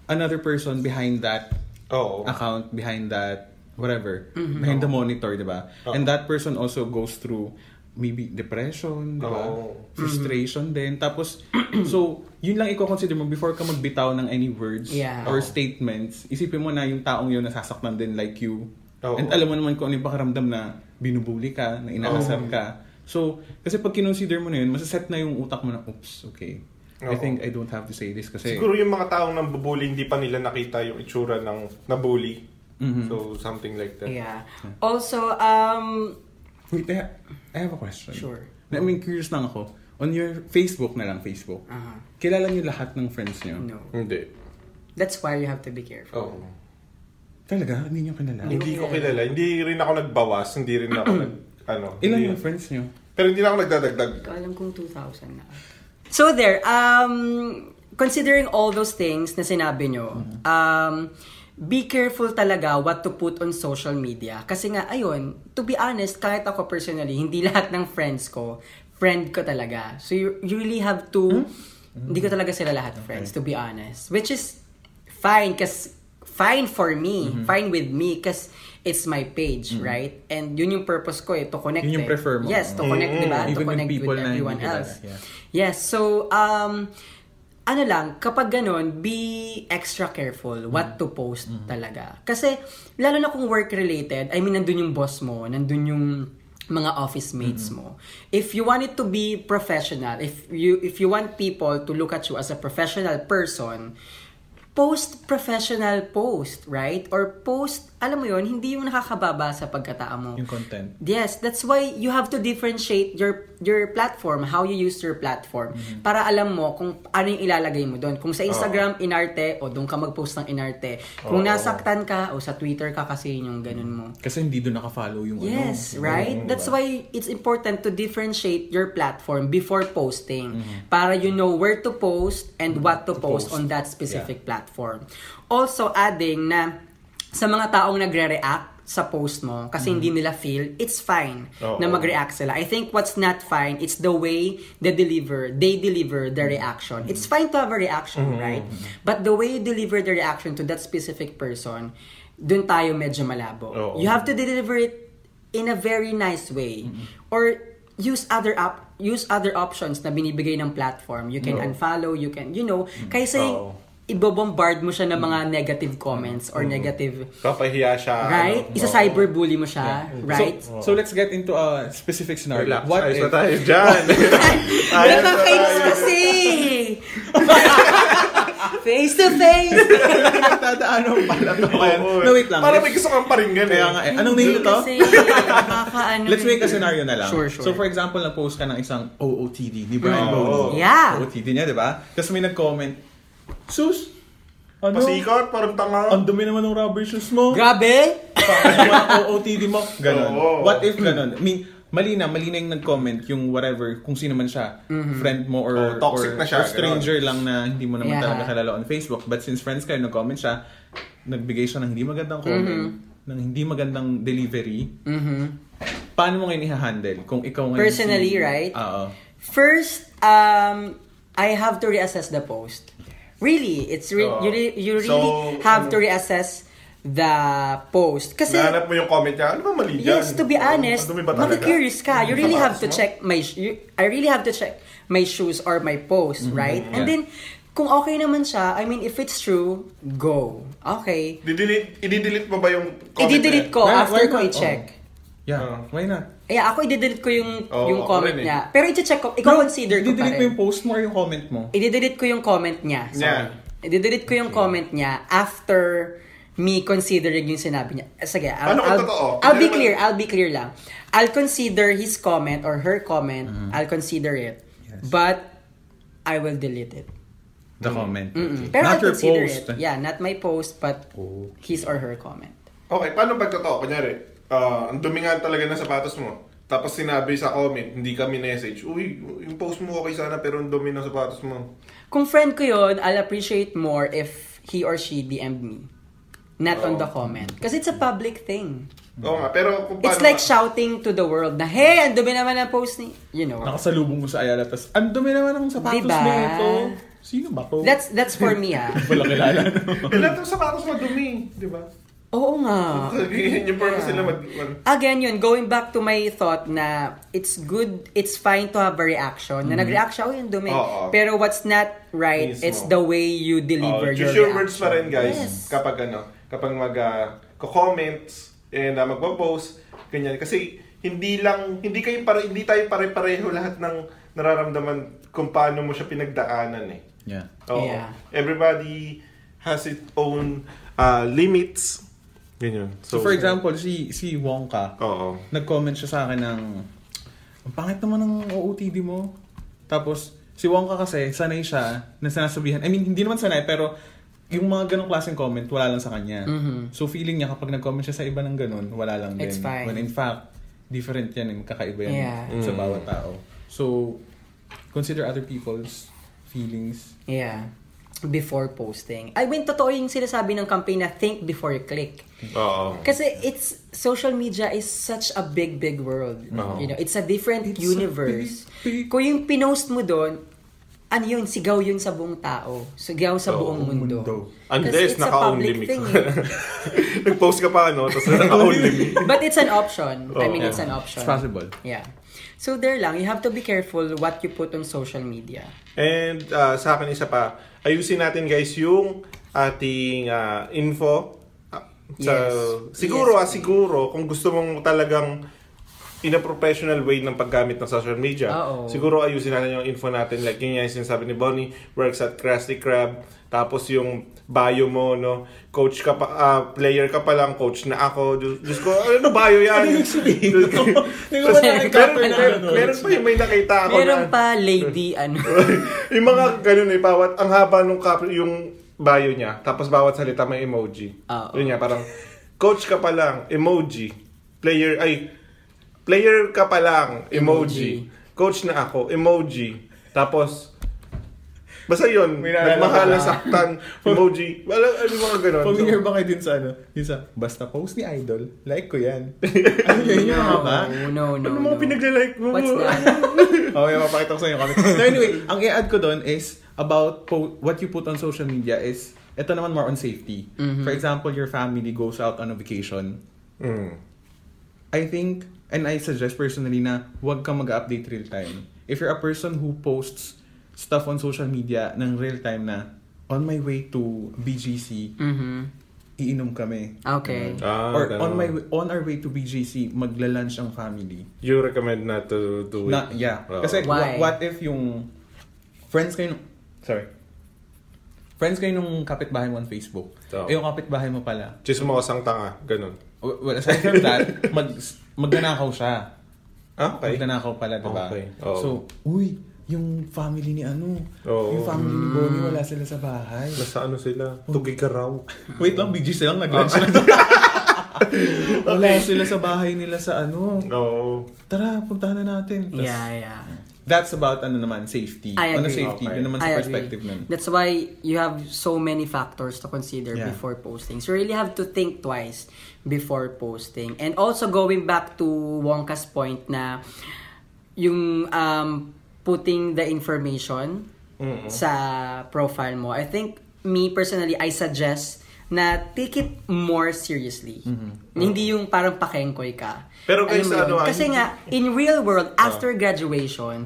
Speaker 2: another person behind that
Speaker 1: Oo. Mm-hmm.
Speaker 2: account, behind that whatever, behind the monitor, 'di ba?
Speaker 1: Oo.
Speaker 2: And that person also goes through maybe depression, 'di ba?
Speaker 1: Oo. Mm-hmm.
Speaker 2: Frustration din. Tapos so, yun lang i-consider mo before ka magbitaw ng any words
Speaker 3: Yeah.
Speaker 2: or
Speaker 1: Oo.
Speaker 2: statements. Isipin mo na yung taong yun nasasaktan din like you.
Speaker 1: Oo.
Speaker 2: And alam mo naman kung ano yung pakaramdam na binubuli ka, na inaasar ka. So, kasi pag kinonsider mo na yun, masaset na yung utak mo na, oops, okay. I
Speaker 1: Oo.
Speaker 2: think I don't have to say this kasi...
Speaker 1: Siguro yung mga taong nang bubuli, hindi pa nila nakita yung itsura ng nabully.
Speaker 2: Mhm.
Speaker 1: So something like that.
Speaker 3: Yeah. Also, um,
Speaker 2: Wait, I, ha- I have a question.
Speaker 3: Sure.
Speaker 2: Na, I mean, curious lang ako. On your Facebook na lang, Facebook,
Speaker 3: uh
Speaker 2: kilala niyo lahat ng friends niyo?
Speaker 3: no.
Speaker 1: Hindi.
Speaker 3: That's why you have to be careful.
Speaker 1: Oo.
Speaker 2: Talaga? Hindi niyo kilala?
Speaker 3: Hindi.
Speaker 1: Hindi ko kilala. Hindi rin ako nagbawas. Hindi rin ako nag... ano.
Speaker 2: Ilan
Speaker 1: hindi-
Speaker 2: yung friends niyo?
Speaker 1: Pero hindi na ako nagdadagdag.
Speaker 3: Hindi ko alam kung 2,000 na. So there, um, considering all those things na sinabi nyo, um, be careful talaga what to put on social media. Kasi nga, ayun, to be honest, kahit ako personally, hindi lahat ng friends ko, friend ko talaga. So you, you really have to,
Speaker 2: Hmm?
Speaker 3: hindi ko talaga sila lahat friends, to be honest. Which is fine, kasi fine for me,
Speaker 2: Mm-hmm.
Speaker 3: fine with me, kasi it's my page, right? And yun yung purpose ko eh, to connect
Speaker 2: Yun yung
Speaker 3: eh.
Speaker 2: prefer mo. Mm-hmm.
Speaker 3: Yes, to connect, diba?
Speaker 2: Even
Speaker 3: to
Speaker 2: with
Speaker 3: connect
Speaker 2: people
Speaker 3: with
Speaker 2: na hindi
Speaker 3: everyone
Speaker 2: kilala,
Speaker 3: else.
Speaker 2: yeah.
Speaker 3: Yes, so, um, ano lang, kapag ganun, be extra careful what to post talaga. Kasi, lalo na kung work-related, I mean, nandun yung boss mo, nandun yung mga office mates mo. If you want it to be professional, if you if you want people to look at you as a professional person, post professional post, right? Or post, alam mo yon, hindi yung nakakababa sa pagkatao mo.
Speaker 2: Yung content.
Speaker 3: Yes, that's why you have to differentiate your your platform, how you use your platform
Speaker 1: Mm-hmm.
Speaker 3: para alam mo kung ano yung ilalagay mo doon. Kung sa Instagram inarte o doon ka mag-post ng inarte. Kung
Speaker 1: Oo.
Speaker 3: nasaktan ka o sa Twitter ka kasi yun yung ganun mo.
Speaker 2: Kasi hindi doon nakafollow yung ano. diba?
Speaker 3: Yes, right? That's why it's important to differentiate your platform before posting para you know where to post and what to, post,
Speaker 2: Mm-hmm. post.
Speaker 3: on that specific platform. Also adding na sa mga taong nagre-react sa post mo kasi
Speaker 2: Mm-hmm.
Speaker 3: hindi nila feel, it's fine
Speaker 1: Oo.
Speaker 3: na mag-react sila. I think what's not fine, it's the way they deliver, they deliver the
Speaker 1: Mm-hmm.
Speaker 3: reaction. It's fine to have a reaction, right? But the way you deliver the reaction to that specific person, dun tayo medyo malabo.
Speaker 1: Oo.
Speaker 3: You have to deliver it in a very nice way
Speaker 1: Mm-hmm.
Speaker 3: or use other up use other options na binibigay ng platform. You can unfollow, you can you know, kaysa
Speaker 1: Mm-hmm. Oo. Mm-hmm.
Speaker 3: ibobombard mo siya ng mga negative comments or negative
Speaker 1: Papahiya siya.
Speaker 3: right?
Speaker 1: ano.
Speaker 3: Isa cyberbully mo siya, right?
Speaker 2: So, so let's get into a specific scenario.
Speaker 1: Relax.
Speaker 2: What
Speaker 1: Ayos
Speaker 2: if...
Speaker 1: na tayo dyan. Ayos na
Speaker 3: Nakakainis
Speaker 1: tayo.
Speaker 3: kasi! face to face!
Speaker 2: Tataano pala to.
Speaker 1: Oo.
Speaker 2: no, wait lang.
Speaker 1: Parang may
Speaker 2: Let's,
Speaker 1: gusto kang paringgan eh.
Speaker 2: kaya nga eh. Anong name nito?
Speaker 3: Kasi, nakakaano
Speaker 2: Let's
Speaker 3: eh.
Speaker 2: make a scenario na lang.
Speaker 3: Sure, sure.
Speaker 2: So for example, na-post ka ng isang OOTD ni Brian
Speaker 1: Mm.
Speaker 2: Boney.
Speaker 1: Oo.
Speaker 3: Yeah.
Speaker 2: OOTD niya, di ba? Tapos may nag-comment, Sus, ano?
Speaker 1: Pasikot, parang tanga.
Speaker 2: Ang dumi naman ng rubber shoes mo.
Speaker 3: Grabe!
Speaker 2: Ang mga OOTD mo. Ganon.
Speaker 1: Oo.
Speaker 2: What if ganon? I mean, mali na, mali na yung nag-comment, yung whatever, kung sino man siya,
Speaker 3: Mm-hmm.
Speaker 2: friend mo or,
Speaker 1: Oo, toxic
Speaker 2: or,
Speaker 1: na siya,
Speaker 2: or stranger lang na hindi mo naman
Speaker 3: Yeah.
Speaker 2: talaga kalala on Facebook. But since friends kayo, nag-comment siya, nagbigay siya ng hindi magandang comment,
Speaker 3: Mm-hmm.
Speaker 2: ng hindi magandang delivery, paano mo ngayon i-handle kung ikaw ngayon
Speaker 3: Personally,
Speaker 2: si-
Speaker 3: right?
Speaker 2: Oo.
Speaker 3: First, um, I have to reassess the post. Really, it's re-
Speaker 1: Oo.
Speaker 3: you, re- you really
Speaker 1: Oh. So,
Speaker 3: have to
Speaker 1: ano-
Speaker 3: reassess the post. Kasi,
Speaker 1: Nahanap mo yung comment niya, ano ba mali dyan?
Speaker 3: yes, to be honest,
Speaker 1: Ano, ano ba talaga? Ano
Speaker 3: makikurious ka. You really have to
Speaker 1: Sapatos mo?
Speaker 3: check my, sh- you, I really have to check my shoes or my post, right? And
Speaker 2: Yeah.
Speaker 3: then, kung okay naman siya, I mean, if it's true, go. Okay.
Speaker 1: Didelete, i-delete mo ba yung comment?
Speaker 3: I-delete
Speaker 1: niya?
Speaker 3: ko
Speaker 2: Why-
Speaker 3: after
Speaker 2: why
Speaker 3: ko
Speaker 2: not?
Speaker 3: i-check.
Speaker 2: Yeah,
Speaker 1: Oo.
Speaker 2: why not?
Speaker 3: Yeah, ako i-delete ko yung
Speaker 1: Oo,
Speaker 3: yung
Speaker 1: ako
Speaker 3: comment
Speaker 1: rin eh.
Speaker 3: niya. Pero i-check ko, i-consider ko pa
Speaker 2: Didelete mo
Speaker 3: rin.
Speaker 2: yung post mo or yung comment mo?
Speaker 3: I-delete ko yung comment niya. Sorry.
Speaker 1: Yeah.
Speaker 3: I-delete ko yung comment niya after me considering yung sinabi niya. Eh, Sige, I'll,
Speaker 1: Ano kung
Speaker 3: I'll,
Speaker 1: totoo?
Speaker 3: I'll
Speaker 1: Hindi
Speaker 3: be
Speaker 1: naman-
Speaker 3: clear, I'll be clear lang. I'll consider his comment or her comment,
Speaker 2: Mm-hmm.
Speaker 3: I'll consider it. But, I will delete it.
Speaker 2: The comment.
Speaker 3: Mm-mm.
Speaker 2: okay.
Speaker 3: Pero
Speaker 2: not
Speaker 3: I'll
Speaker 2: your
Speaker 3: consider
Speaker 2: post.
Speaker 3: it. Yeah, not my post, but
Speaker 2: Oh.
Speaker 3: his or her comment.
Speaker 1: Okay, paano pag totoo? Kunyari, ah, ang dumi nga talaga ng sapatos mo. Tapos sinabi sa comment, hindi kami message. Uy, yung post mo okay sana pero ang dumi ng sapatos mo.
Speaker 3: Kung friend ko yun, I'll appreciate more if he or she DM'd me. Not on the
Speaker 1: Oh.
Speaker 3: comment. Kasi it's a public thing.
Speaker 1: Oo nga, pero kung paano...
Speaker 3: It's like shouting to the world na, Hey, ang dumi naman ang post ni... You know.
Speaker 2: Ah. Nakasalubong ko sa Ayala, tas ang dumi naman akong sapatos
Speaker 3: Diba?
Speaker 2: nito. Sino ba to?
Speaker 3: That's that's for me, ah.
Speaker 2: Wala kilala.
Speaker 1: Eh, lahat ng sapatos mo dumi, di ba?
Speaker 3: Oo nga.
Speaker 1: Yun yung purpose nila mag... mag-
Speaker 3: Again, yun, going back to my thought na it's good, it's fine to have a reaction. Na nag-react siya, oh, yung dumi.
Speaker 1: Mm-hmm. Oo.
Speaker 3: Pero what's not right,
Speaker 1: Mismo.
Speaker 3: it's the way you
Speaker 1: Oh,
Speaker 3: deliver your
Speaker 1: choose your
Speaker 3: reaction.
Speaker 1: words pa rin, guys.
Speaker 3: Yes.
Speaker 1: Kapag ano, kapag mag ah, ko-comments and uh, magpo-post, ganyan. Kasi hindi lang, hindi kayo pare, hindi tayo pare-pareho lahat ng nararamdaman kung paano mo siya pinagdaanan eh.
Speaker 2: yeah.
Speaker 1: Oo.
Speaker 3: Yeah.
Speaker 1: Everybody has its own uh, limits. Ganyan.
Speaker 2: So, for example, si si Wongka,
Speaker 1: Oo.
Speaker 2: nag-comment siya sa akin ng, ang pangit naman ng OOTD mo. Tapos, si Wongka kasi, sanay siya na sinasabihan. I mean, hindi naman sanay, pero yung mga ganong klaseng comment, wala lang sa kanya.
Speaker 3: Mhm.
Speaker 2: So, feeling niya kapag nag-comment siya sa iba ng ganon, wala lang din.
Speaker 3: It's fine.
Speaker 2: When in fact, different yan, eh, magkakaiba yan
Speaker 3: Yeah.
Speaker 2: sa
Speaker 1: Mm.
Speaker 2: bawat tao. So, consider other people's feelings.
Speaker 3: Yeah. Before posting. I mean, totoo yung sinasabi ng campaign na think before you click.
Speaker 1: Oo.
Speaker 3: Kasi it's social media is such a big big world.
Speaker 1: Oo.
Speaker 3: You know, it's a different
Speaker 2: It's a
Speaker 3: universe.
Speaker 2: big, big-
Speaker 3: Kung yung pinost mo doon, ano yun, sigaw yun sa buong tao. Sigaw
Speaker 1: Oo,
Speaker 3: sa buong mundo.
Speaker 2: mundo.
Speaker 1: Unless
Speaker 3: Kasi it's a
Speaker 1: naka-only
Speaker 3: public
Speaker 1: me.
Speaker 3: thing, eh.
Speaker 1: Nag-post ka pa, ano? Tapos naka-only me.
Speaker 3: But it's an option. I
Speaker 1: Oo.
Speaker 3: mean, it's
Speaker 2: Oh, Yeah.
Speaker 3: an option.
Speaker 2: It's possible.
Speaker 3: Yeah. So there lang, you have to be careful what you put on social media.
Speaker 1: And uh, sa akin isa pa, ayusin natin guys yung ating uh, info. Uh, So,
Speaker 3: Yes.
Speaker 1: siguro
Speaker 3: Yes.
Speaker 1: ah, siguro kung gusto mong talagang in a professional way ng paggamit ng social media.
Speaker 3: Oo.
Speaker 1: Siguro ayusin natin yung info natin. Like yun yung sinasabi ni Bonnie, works at Krusty Krab. Tapos yung bio mo, no? Coach ka pa, ah, player ka pa lang, coach na ako. Diyos, Diyos ko, ano bio yan?
Speaker 2: Ano yung sabihin ko? Hindi ko
Speaker 1: Tapos,
Speaker 2: pa
Speaker 1: meron,
Speaker 2: na-encounter na
Speaker 1: meron,
Speaker 2: ganun.
Speaker 1: meron pa yung may nakita ako na-
Speaker 3: Meron pa lady ano.
Speaker 1: yung mga ganun eh, bawat, ang haba nung cap, yung bio niya, tapos bawat salita may emoji.
Speaker 2: Ah,
Speaker 3: Oo.
Speaker 1: Yun nga, parang, coach ka pa lang, emoji. Player, ay, player ka pa lang, emoji. Coach na ako, emoji. Tapos, basta yun,
Speaker 2: May naalala
Speaker 1: nagmahala,
Speaker 2: ka na.
Speaker 1: saktan, emoji. Wala, ano yung mga ganun.
Speaker 2: Familiar
Speaker 1: So,
Speaker 2: ba kayo din sa ano? Yung sa, basta post ni Idol, like ko yan. ano yun yung mga ba?
Speaker 3: no, no, no.
Speaker 1: ano mga
Speaker 3: no.
Speaker 1: pinaglalike mo?
Speaker 3: What's that?
Speaker 2: Oh, may mapakita ko sa inyo kami. So anyway, ang i-add ko doon is about po- what you put on social media is, ito naman more on safety. For example, your family goes out on a vacation.
Speaker 1: Mm.
Speaker 2: I think, and I suggest personally na huwag ka mag-update real time. If you're a person who posts stuff on social media ng real time na, on my way to BGC,
Speaker 3: Mhm.
Speaker 2: iinom kami.
Speaker 3: Okay.
Speaker 1: Ah,
Speaker 2: Or
Speaker 1: ganun.
Speaker 2: on my way- on our way to BGC, magla-lunch ang family.
Speaker 1: You recommend not to do it?
Speaker 2: Na, yeah.
Speaker 1: Oo.
Speaker 2: Kasi
Speaker 3: Why?
Speaker 2: wha- what if yung friends kayo nung, sorry. Friends kayo nung kapitbahay mo on Facebook.
Speaker 1: Oo.
Speaker 2: Eh, yung kapitbahay mo pala.
Speaker 1: Diyos mo kasang tanga, ganun.
Speaker 2: w- Well, aside from that, mag, magnanakaw siya.
Speaker 1: Ah, okay.
Speaker 2: Magnanakaw pala, diba?
Speaker 1: Okay. Oo.
Speaker 2: So, uy, yung family ni ano,
Speaker 1: Oo.
Speaker 2: yung family ni
Speaker 3: Mm.
Speaker 2: Bonnie, wala sila sa bahay.
Speaker 1: Nasa ano sila? Tugay ka raw.
Speaker 2: Wait lang, BG silang nag-lunch na. wala sila sa bahay nila sa ano.
Speaker 1: Oo.
Speaker 2: Tara, puntahan na natin. Tas-
Speaker 3: Yeah, yeah.
Speaker 2: That's about ano naman, safety.
Speaker 3: I
Speaker 2: Ano
Speaker 3: agree.
Speaker 2: safety,
Speaker 1: Okay.
Speaker 2: yun naman sa
Speaker 3: I
Speaker 2: perspective
Speaker 3: agree.
Speaker 2: nun.
Speaker 3: That's why you have so many factors to consider
Speaker 2: Yeah.
Speaker 3: before posting. So you really have to think twice before posting. And also going back to Wonka's point na yung um, putting the information sa profile mo. I think, me personally, I suggest na take it more seriously. Hindi yung parang pakengkoy ka.
Speaker 1: Pero guys,
Speaker 3: Alam mo
Speaker 1: ano
Speaker 3: yun?
Speaker 1: ah,
Speaker 3: Kasi
Speaker 1: hindi-
Speaker 3: nga, in real
Speaker 2: Oh.
Speaker 3: world, after graduation,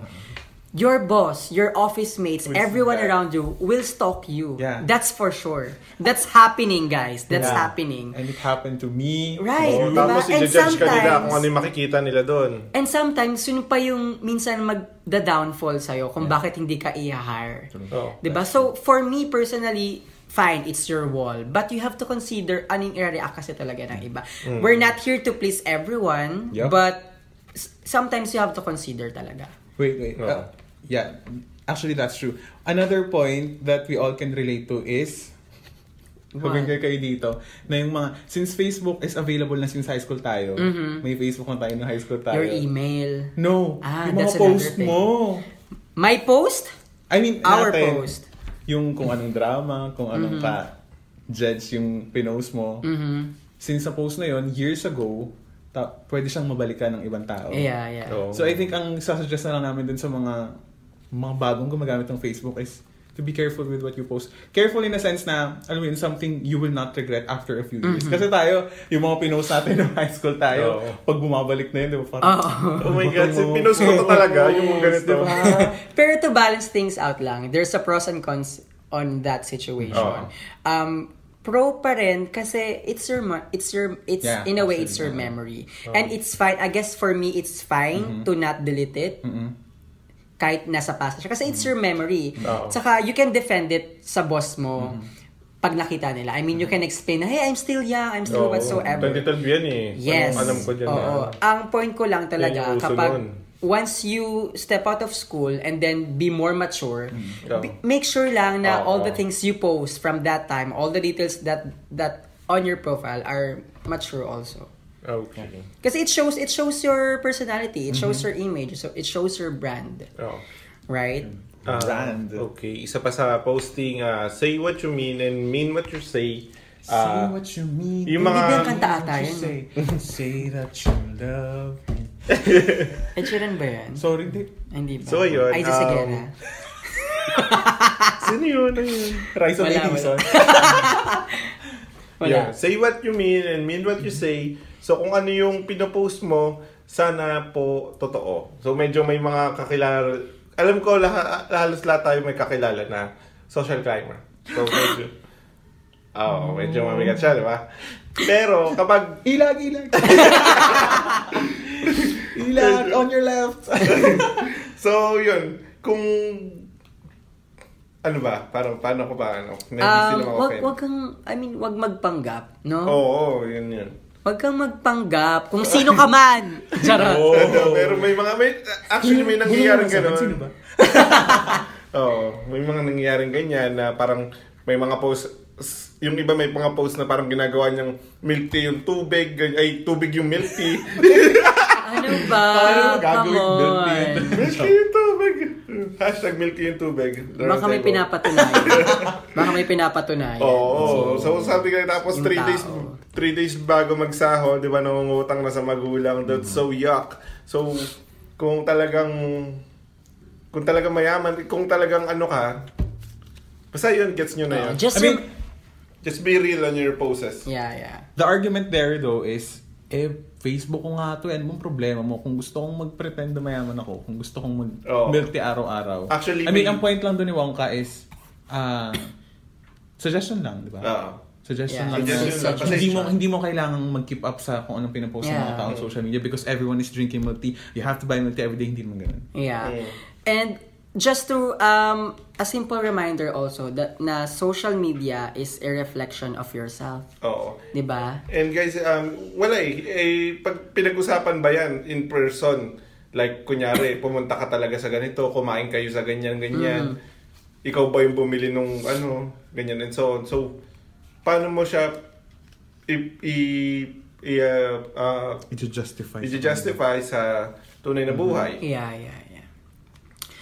Speaker 3: your boss, your office mates,
Speaker 1: Will
Speaker 3: everyone
Speaker 1: stalk.
Speaker 3: around you will stalk you.
Speaker 2: Yeah.
Speaker 3: That's for sure. That's happening, guys. That's
Speaker 2: Yeah.
Speaker 3: happening.
Speaker 2: And it happened to me.
Speaker 3: Right.
Speaker 1: Oo,
Speaker 3: Diba?
Speaker 1: Tapos
Speaker 3: And
Speaker 1: i-judge ka nila kung
Speaker 3: sometimes-
Speaker 1: ano yung makikita nila doon.
Speaker 3: And sometimes, yun pa yung minsan magda-downfall sa'yo kung bakit hindi ka i-hire.
Speaker 1: Oo.
Speaker 3: Diba? So, for me personally, fine, it's your wall. But you have to consider anong i-react kasi talaga ng iba. We're not here to please everyone,
Speaker 2: Mm. Yup.
Speaker 3: but s- sometimes you have to consider talaga.
Speaker 2: Wait, wait.
Speaker 1: Oo.
Speaker 2: Uh, yeah. Actually, that's true. Another point that we all can relate to is
Speaker 3: What?
Speaker 2: Pag-anchor kayo dito, na yung mga, since Facebook is available na since high school tayo, may Facebook na tayo nung high school tayo.
Speaker 3: Mm-hmm. Your email.
Speaker 2: No,
Speaker 3: Ah,
Speaker 2: yung mga
Speaker 3: that's another
Speaker 2: post
Speaker 3: thing.
Speaker 2: mo.
Speaker 3: My post?
Speaker 2: I mean,
Speaker 3: Our
Speaker 2: natin,
Speaker 3: post. Mm-hmm.
Speaker 2: Yung kung anong drama, kung anong pa-judge yung pinost mo. Since sa post na yon years ago, ta- pwede siyang mabalikan ng ibang tao.
Speaker 3: Yeah, yeah.
Speaker 1: Oo.
Speaker 2: So I think ang sasuggest na lang namin dun sa mga mga bagong gumagamit ng Facebook is to be careful with what you post. Careful in a sense na, alam mo yun, something you will not regret after a few years. Kasi tayo, yung mga pinost natin ng high school tayo,
Speaker 1: Oo.
Speaker 2: pag bumabalik na yun, di ba? Parang,
Speaker 1: Oh
Speaker 3: Oo.
Speaker 1: my God, sin- pinost ko to talaga, yung mga ganito.
Speaker 2: Diba?
Speaker 3: Pero to balance things out lang, there's a pros and cons on that situation.
Speaker 1: Oo.
Speaker 2: Oh.
Speaker 3: Um, pro pa rin kasi it's your ma- it's your it's
Speaker 2: Yeah,
Speaker 3: in a
Speaker 2: actually,
Speaker 3: way it's your
Speaker 2: yeah. Oh.
Speaker 3: memory. And it's fine. I guess for me it's
Speaker 2: Mm-hmm.
Speaker 3: fine to not delete it. Kahit nasa past siya. Kasi it's
Speaker 2: Mm-hmm.
Speaker 3: your memory.
Speaker 1: Oo.
Speaker 2: Oh.
Speaker 3: Tsaka you can defend it sa boss mo
Speaker 2: Mm-hmm.
Speaker 3: pag nakita nila. I mean, you can explain na, hey, I'm still young, I'm
Speaker 1: Oo,
Speaker 2: Oh.
Speaker 3: still whatsoever.
Speaker 1: 2012 yan eh.
Speaker 3: Yes.
Speaker 1: Anong alam ko dyan.
Speaker 3: Oo.
Speaker 1: na-
Speaker 3: Ang point ko lang
Speaker 1: Yan
Speaker 3: talaga,
Speaker 1: yung uso
Speaker 3: kapag
Speaker 1: nun.
Speaker 3: once you step out of school and then be more mature,
Speaker 1: Hmm. Yeah.
Speaker 3: be- make sure lang
Speaker 1: Oo.
Speaker 3: na all the things you post from that time, all the details that that on your profile are mature also.
Speaker 1: Ah, Okay.
Speaker 3: Kasi it shows it shows your personality, it shows
Speaker 1: Mm-hmm.
Speaker 3: your image, so it shows your brand,
Speaker 1: Oo.
Speaker 3: right?
Speaker 1: Oh. Ah,
Speaker 2: Brand.
Speaker 1: Okay. Isa pa sa posting, ah, say what you mean and mean what you say.
Speaker 2: say
Speaker 1: Ah,
Speaker 2: what you mean.
Speaker 1: yung mga- Hindi ba
Speaker 2: Hindi ba yung
Speaker 1: yung
Speaker 3: kanta ata yun?
Speaker 2: Say, say that you love me.
Speaker 3: Ed Sheeran ba yan?
Speaker 2: Sorry, hindi.
Speaker 3: Hindi ba?
Speaker 1: So, yun,
Speaker 3: Ay, just
Speaker 1: um,
Speaker 3: again, ah.
Speaker 1: sino yun? Ayun.
Speaker 2: Rise of
Speaker 3: Wala,
Speaker 2: Edison.
Speaker 3: Wala.
Speaker 1: Yeah. Say what you mean and mean what you
Speaker 3: Mm-hmm.
Speaker 1: say. So kung ano yung pinopost mo, sana po totoo. So medyo may mga kakilala. Alam ko lah- halos lahat tayo may kakilala na social climber. So medyo. Oo, medyo mamigat siya, di ba? Pero kapag
Speaker 2: Ilag, ilag. ilag, on your left.
Speaker 1: So, yun. Kung... Ano ba? Parang, paano ko ba? Ano? Na hindi
Speaker 3: Um,
Speaker 1: sila
Speaker 3: wag,
Speaker 1: ma-offend.
Speaker 3: wag kang, I mean, wag magpanggap, no?
Speaker 1: Oo, oo, yun yun.
Speaker 3: Huwag kang magpanggap kung sino ka man. Charot.
Speaker 1: Pero may mga... May, actually, may nangyayaring gano'n.
Speaker 2: Sino ba?
Speaker 1: Oo. May mga nangyayaring ganyan na parang may mga post... s- Yung iba may mga post na parang ginagawa niyang milk tea yung tubig. gan- Ay, tubig yung milk tea.
Speaker 3: Ano ba?
Speaker 2: Paano mo
Speaker 3: Come
Speaker 2: Ah, gagawin? Don't be it.
Speaker 3: on.
Speaker 1: milk tea yung tubig. Hashtag milk tea yung tubig.
Speaker 3: Baka may pinapatunay. Baka may pinapatunay.
Speaker 1: Oo. So, sabi ka tapos
Speaker 3: yung
Speaker 1: 3 days
Speaker 3: tao.
Speaker 1: 3 days bago magsahod, 'di ba, nangungutang na sa magulang. That's so yuck. So, kung talagang kung talagang mayaman, kung talagang ano ka, basta yun, gets nyo na yun.
Speaker 2: ano
Speaker 3: Just
Speaker 2: I mean,
Speaker 3: rem-
Speaker 1: Just be real on your poses.
Speaker 3: yeah, yeah.
Speaker 2: the argument there though is, eh, Facebook ko nga to, ano mong problema mo? Kung gusto kong mag-pretend na mayaman ako, kung gusto kong
Speaker 1: Oo.
Speaker 2: mag-milk tea araw-araw.
Speaker 1: Actually,
Speaker 2: I mean,
Speaker 1: may-
Speaker 2: ang point lang doon ni Wongka is, ah, suggestion lang, di ba?
Speaker 1: Oo.
Speaker 2: Suggestion
Speaker 3: Yeah,
Speaker 2: lang.
Speaker 1: suggestion
Speaker 2: na-
Speaker 1: lang. Kasi-
Speaker 2: hindi mo hindi mo kailangang mag-keep up sa kung anong pinopost ng mga
Speaker 3: Yeah.
Speaker 2: tao on social media because everyone is drinking milk tea. You have to buy milk tea every day, hindi naman ganun.
Speaker 3: Yeah.
Speaker 1: Mm.
Speaker 3: And just to um a simple reminder also that na social media is a reflection of yourself,
Speaker 1: Oo.
Speaker 3: 'di ba?
Speaker 1: And guys, um, wala eh. eh pag pinag-usapan ba yan in person? Like, kunyari, pumunta ka talaga sa ganito, kumain kayo sa ganyan-ganyan. Ikaw ba yung bumili nung ano, ganyan and so on. So, paano mo siya i- i- i- uh, uh,
Speaker 2: It justify.
Speaker 1: i-justify sa tunay na buhay?
Speaker 3: Yeah, yeah, yeah.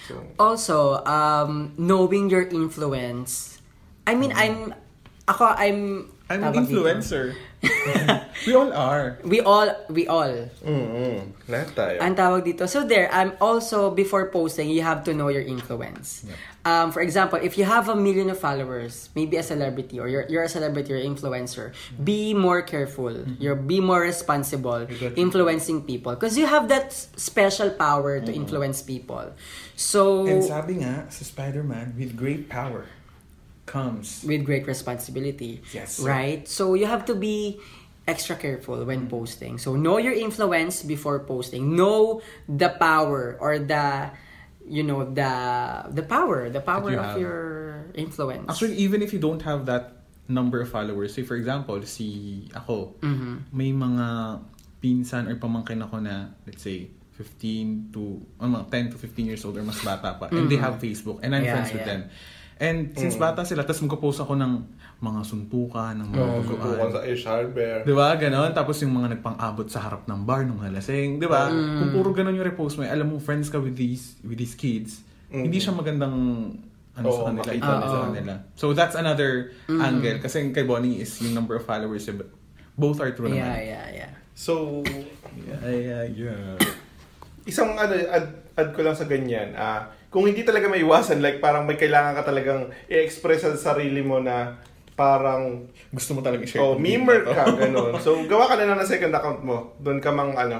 Speaker 1: So,
Speaker 3: also um knowing your influence i mean i'm Ako, I'm...
Speaker 2: Mm. I'm an
Speaker 3: tawag dito.
Speaker 2: influencer. we all are.
Speaker 3: We all, we all.
Speaker 1: Mm-hmm. Lahat tayo.
Speaker 3: Ang tawag dito. So there, I'm also, before posting, you have to know your influence. Um, for example, if you have a million of followers, maybe a celebrity, or you're, you're a celebrity or influencer, be more careful. You're be more responsible influencing people. Because you have that s- special power to influence people. So,
Speaker 2: And sabi nga sa Spider-Man, with great power comes.
Speaker 3: with great responsibility.
Speaker 2: Yes.
Speaker 3: Right? So you have to be extra careful when
Speaker 2: Mm-hmm.
Speaker 3: posting. So know your influence before posting. Know the power or the you know the the power, the power
Speaker 2: you
Speaker 3: of
Speaker 2: have.
Speaker 3: your influence.
Speaker 2: Actually, even if you don't have that number of followers, say for example, si ako, may mga pinsan or pamangkin ako na, let's say, 15 to, or mga 10 to 15 years old or mas bata pa. And they have Facebook. And I'm
Speaker 3: Yeah,
Speaker 2: friends with
Speaker 3: yeah.
Speaker 2: them. And since bata sila, tapos magpo-post ako ng mga Oh, suntukan, ng mga
Speaker 1: Kukuha
Speaker 2: duguan.
Speaker 1: sa Ash Hardware.
Speaker 2: Di ba? Ganon. Tapos yung mga nagpang-abot sa harap ng bar nung halasing. Di ba? Kung puro ganon yung repost mo, eh, alam mo, friends ka with these with these kids, hindi siya magandang ano
Speaker 1: Oo,
Speaker 2: sa kanila,
Speaker 1: makita
Speaker 2: ikaw sa
Speaker 3: Oo.
Speaker 2: kanila. So that's another angle. Kasi yung kay Bonnie is yung number of followers. eh, but Both are true
Speaker 3: yeah,
Speaker 2: naman.
Speaker 3: yeah, yeah.
Speaker 1: So,
Speaker 2: Yeah, yeah, yeah.
Speaker 1: isang ano, add, add ko lang sa ganyan. Ah, kung hindi talaga maiwasan, like parang may kailangan ka talagang i-express sa sarili mo na parang
Speaker 2: Gusto mo talaga i-share.
Speaker 1: oh,
Speaker 2: tong video
Speaker 1: memer
Speaker 2: na to.
Speaker 1: ka, ganun. So, gawa ka na lang ng second account mo. Doon ka mang ano,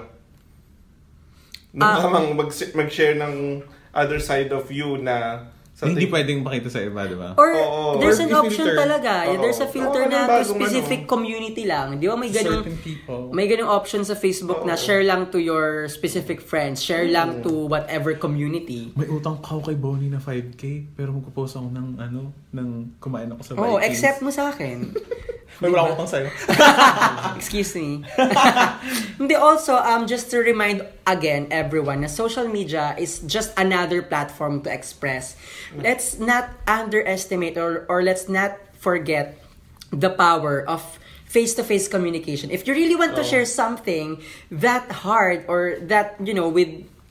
Speaker 1: doon
Speaker 3: Ah.
Speaker 1: ka mang mag- mag-share ng other side of you na
Speaker 2: Na Eh, hindi pwedeng pakita sa iba, di ba?
Speaker 3: Or
Speaker 1: Oo,
Speaker 3: there's
Speaker 2: or
Speaker 3: an
Speaker 2: i-filter.
Speaker 3: option talaga.
Speaker 1: Oo.
Speaker 3: There's a
Speaker 1: Oo,
Speaker 3: filter
Speaker 1: ano
Speaker 3: na
Speaker 1: bagong
Speaker 3: to specific
Speaker 1: ano?
Speaker 3: community lang. Di ba may ganun?
Speaker 2: Certain people.
Speaker 3: May ganung option sa Facebook na
Speaker 1: Oo.
Speaker 3: share lang to your specific friends, share
Speaker 2: Oh.
Speaker 3: lang to whatever community.
Speaker 2: May utang kao kay Bonnie na 5K, pero magpo-post ako ng ano, ng kumain ako sa Vikings.
Speaker 3: Oh, except mo sa akin.
Speaker 2: May wala akong utang sa'yo.
Speaker 3: Excuse me. Hindi, also, um, just to remind again everyone na social media is just another platform to express. Let's not underestimate or, or let's not forget the power of face-to-face communication. If you really want to share something that hard or that, you know, with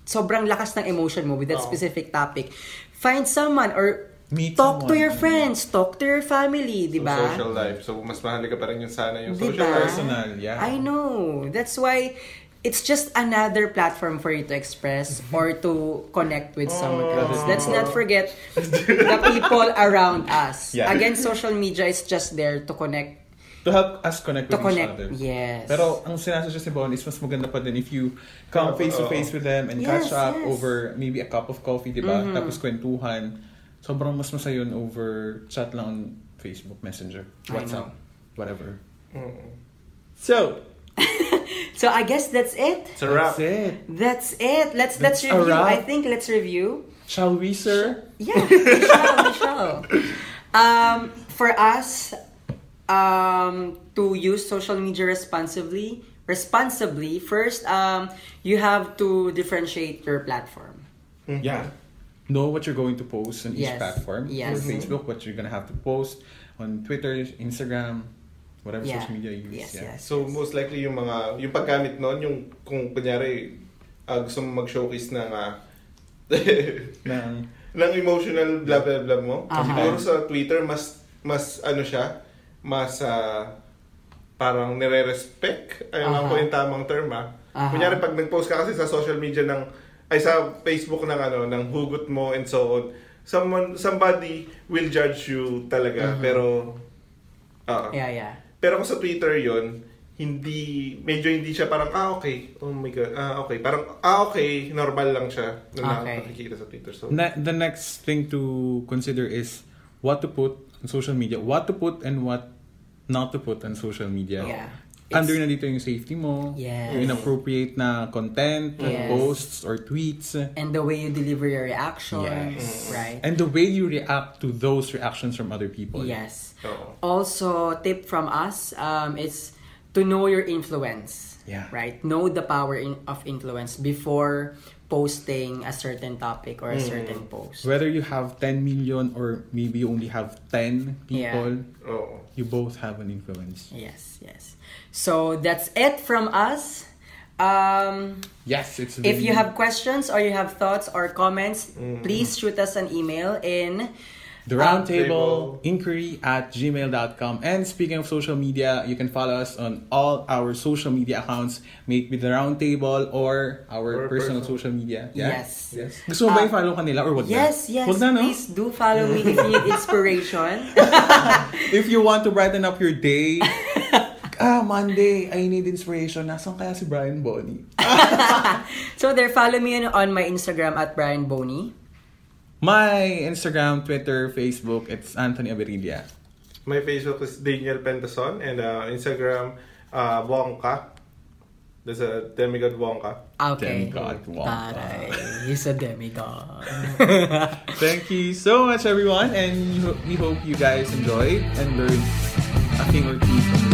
Speaker 3: sobrang lakas ng emotion mo with that
Speaker 1: Oo.
Speaker 3: specific topic, find someone or
Speaker 2: Meet
Speaker 3: talk to
Speaker 2: someone.
Speaker 3: your friends, talk to your family, di ba?
Speaker 1: social life. So, mas mahalaga pa rin yung sana yung
Speaker 3: Diba?
Speaker 1: social life.
Speaker 2: Personal, yeah.
Speaker 3: I know. That's why it's just another platform for you to express
Speaker 2: Mm-hmm.
Speaker 3: or to connect with someone
Speaker 2: Oh.
Speaker 3: else. Let's not forget the people around us.
Speaker 2: Yeah.
Speaker 3: Again, social media is just there to connect.
Speaker 2: To help us connect
Speaker 3: To
Speaker 2: with
Speaker 3: connect,
Speaker 2: each other.
Speaker 3: yes.
Speaker 2: Pero ang sinasuggest ni Bon is mas maganda pa din if you come
Speaker 1: Oo,
Speaker 2: face to
Speaker 1: oo.
Speaker 2: face with them and
Speaker 3: Yes,
Speaker 2: catch up
Speaker 3: yes. Mm-hmm.
Speaker 2: over maybe a cup of coffee, di ba? Tapos kwentuhan. Sobrang mas masaya yun over chat lang on Facebook Messenger,
Speaker 3: I
Speaker 2: WhatsApp,
Speaker 3: know.
Speaker 2: whatever.
Speaker 1: Mm.
Speaker 2: So,
Speaker 3: So I guess that's it.
Speaker 1: It's a wrap.
Speaker 2: that's it.
Speaker 3: That's it. Let's let's
Speaker 2: That's a
Speaker 3: review.
Speaker 2: wrap.
Speaker 3: I think let's review.
Speaker 2: Shall we, sir?
Speaker 3: Yeah, we shall, we shall. Um, for us, um, to use social media responsibly, responsibly, first, um, you have to differentiate your platform.
Speaker 1: Mm-hmm.
Speaker 2: Yeah. Know what you're going to post on each
Speaker 3: Yes,
Speaker 2: platform.
Speaker 3: yes.
Speaker 2: For Facebook, what you're gonna have to post on Twitter, Instagram, whatever
Speaker 3: Yeah.
Speaker 2: social media you use.
Speaker 3: Yes,
Speaker 2: yeah.
Speaker 3: yes.
Speaker 1: So most likely yung mga yung paggamit noon yung kung kunyari ah, gusto mo mag-showcase ng ah,
Speaker 2: Ng-
Speaker 1: ng emotional blah blah blah mo.
Speaker 3: Aha.
Speaker 1: Siguro sa Twitter mas mas ano siya, mas ah, parang nire-respect. Ayun nga
Speaker 3: Aha.
Speaker 1: po yung tamang term ah.
Speaker 3: Aha.
Speaker 1: Kunyari pag nag-post ka kasi sa social media ng ay sa Facebook ng ano ng hugot mo and so on. Someone somebody will judge you talaga pero ah,
Speaker 3: Mhm. Yeah, yeah.
Speaker 1: pero kung sa Twitter yon hindi, medyo hindi siya parang, ah, okay. Oh my God, ah, okay. Parang, ah, okay. Normal lang siya na
Speaker 3: Okay.
Speaker 1: nakikita sa Twitter. So,
Speaker 2: Ne- the next thing to consider is what to put on social media, what to put and what not to put on social media.
Speaker 3: Yeah.
Speaker 2: Under na dito yung safety mo,
Speaker 3: Yes.
Speaker 2: yung inappropriate na content,
Speaker 3: Yes.
Speaker 2: posts, or tweets,
Speaker 3: And the way you deliver your reaction,
Speaker 2: Yes.
Speaker 3: right?
Speaker 2: and the way you react to those reactions from other people.
Speaker 3: Yes.
Speaker 1: Oo.
Speaker 3: Also, tip from us um, is to know your influence.
Speaker 2: Yeah.
Speaker 3: Right? Know the power in, of influence before posting a certain topic or
Speaker 2: Mm-hmm.
Speaker 3: a certain post.
Speaker 2: Whether you have 10 million or maybe you only have 10 people,
Speaker 1: oo.
Speaker 2: you both have an influence.
Speaker 3: Yes, yes. So that's it from us. Um,
Speaker 2: Yes, it's
Speaker 3: if
Speaker 2: really-
Speaker 3: you
Speaker 2: Mm-hmm.
Speaker 3: have questions or you have thoughts or comments, please shoot us an email in
Speaker 2: The Roundtable Inquiry at gmail.com. And speaking of social media, you can follow us on all our social media accounts, make with the Roundtable or
Speaker 1: Or
Speaker 2: our
Speaker 1: personal.
Speaker 2: personal, social media. Yeah?
Speaker 3: Yes.
Speaker 2: yes. Gusto mo ba
Speaker 3: Ah,
Speaker 2: i-follow kanila or wag na?
Speaker 3: Yes, yes.
Speaker 2: Wag na, no?
Speaker 3: Please do follow me if you need inspiration.
Speaker 2: If you want to brighten up your day, ah, Monday, I need inspiration. Nasaan kaya si Brian Bonnie?
Speaker 3: so there, follow me on, on my Instagram at Brian Boney.
Speaker 2: My Instagram, Twitter, Facebook, it's Anthony Averilla.
Speaker 1: My Facebook is Daniel Pentason and uh, Instagram uh, Wonka. There's a demigod Wonka.
Speaker 3: Okay.
Speaker 2: Demigod, wow.
Speaker 3: Taray. He's a demigod.
Speaker 2: Thank you so much, everyone, and you- we hope you guys enjoyed and learned a thing or two from
Speaker 3: um,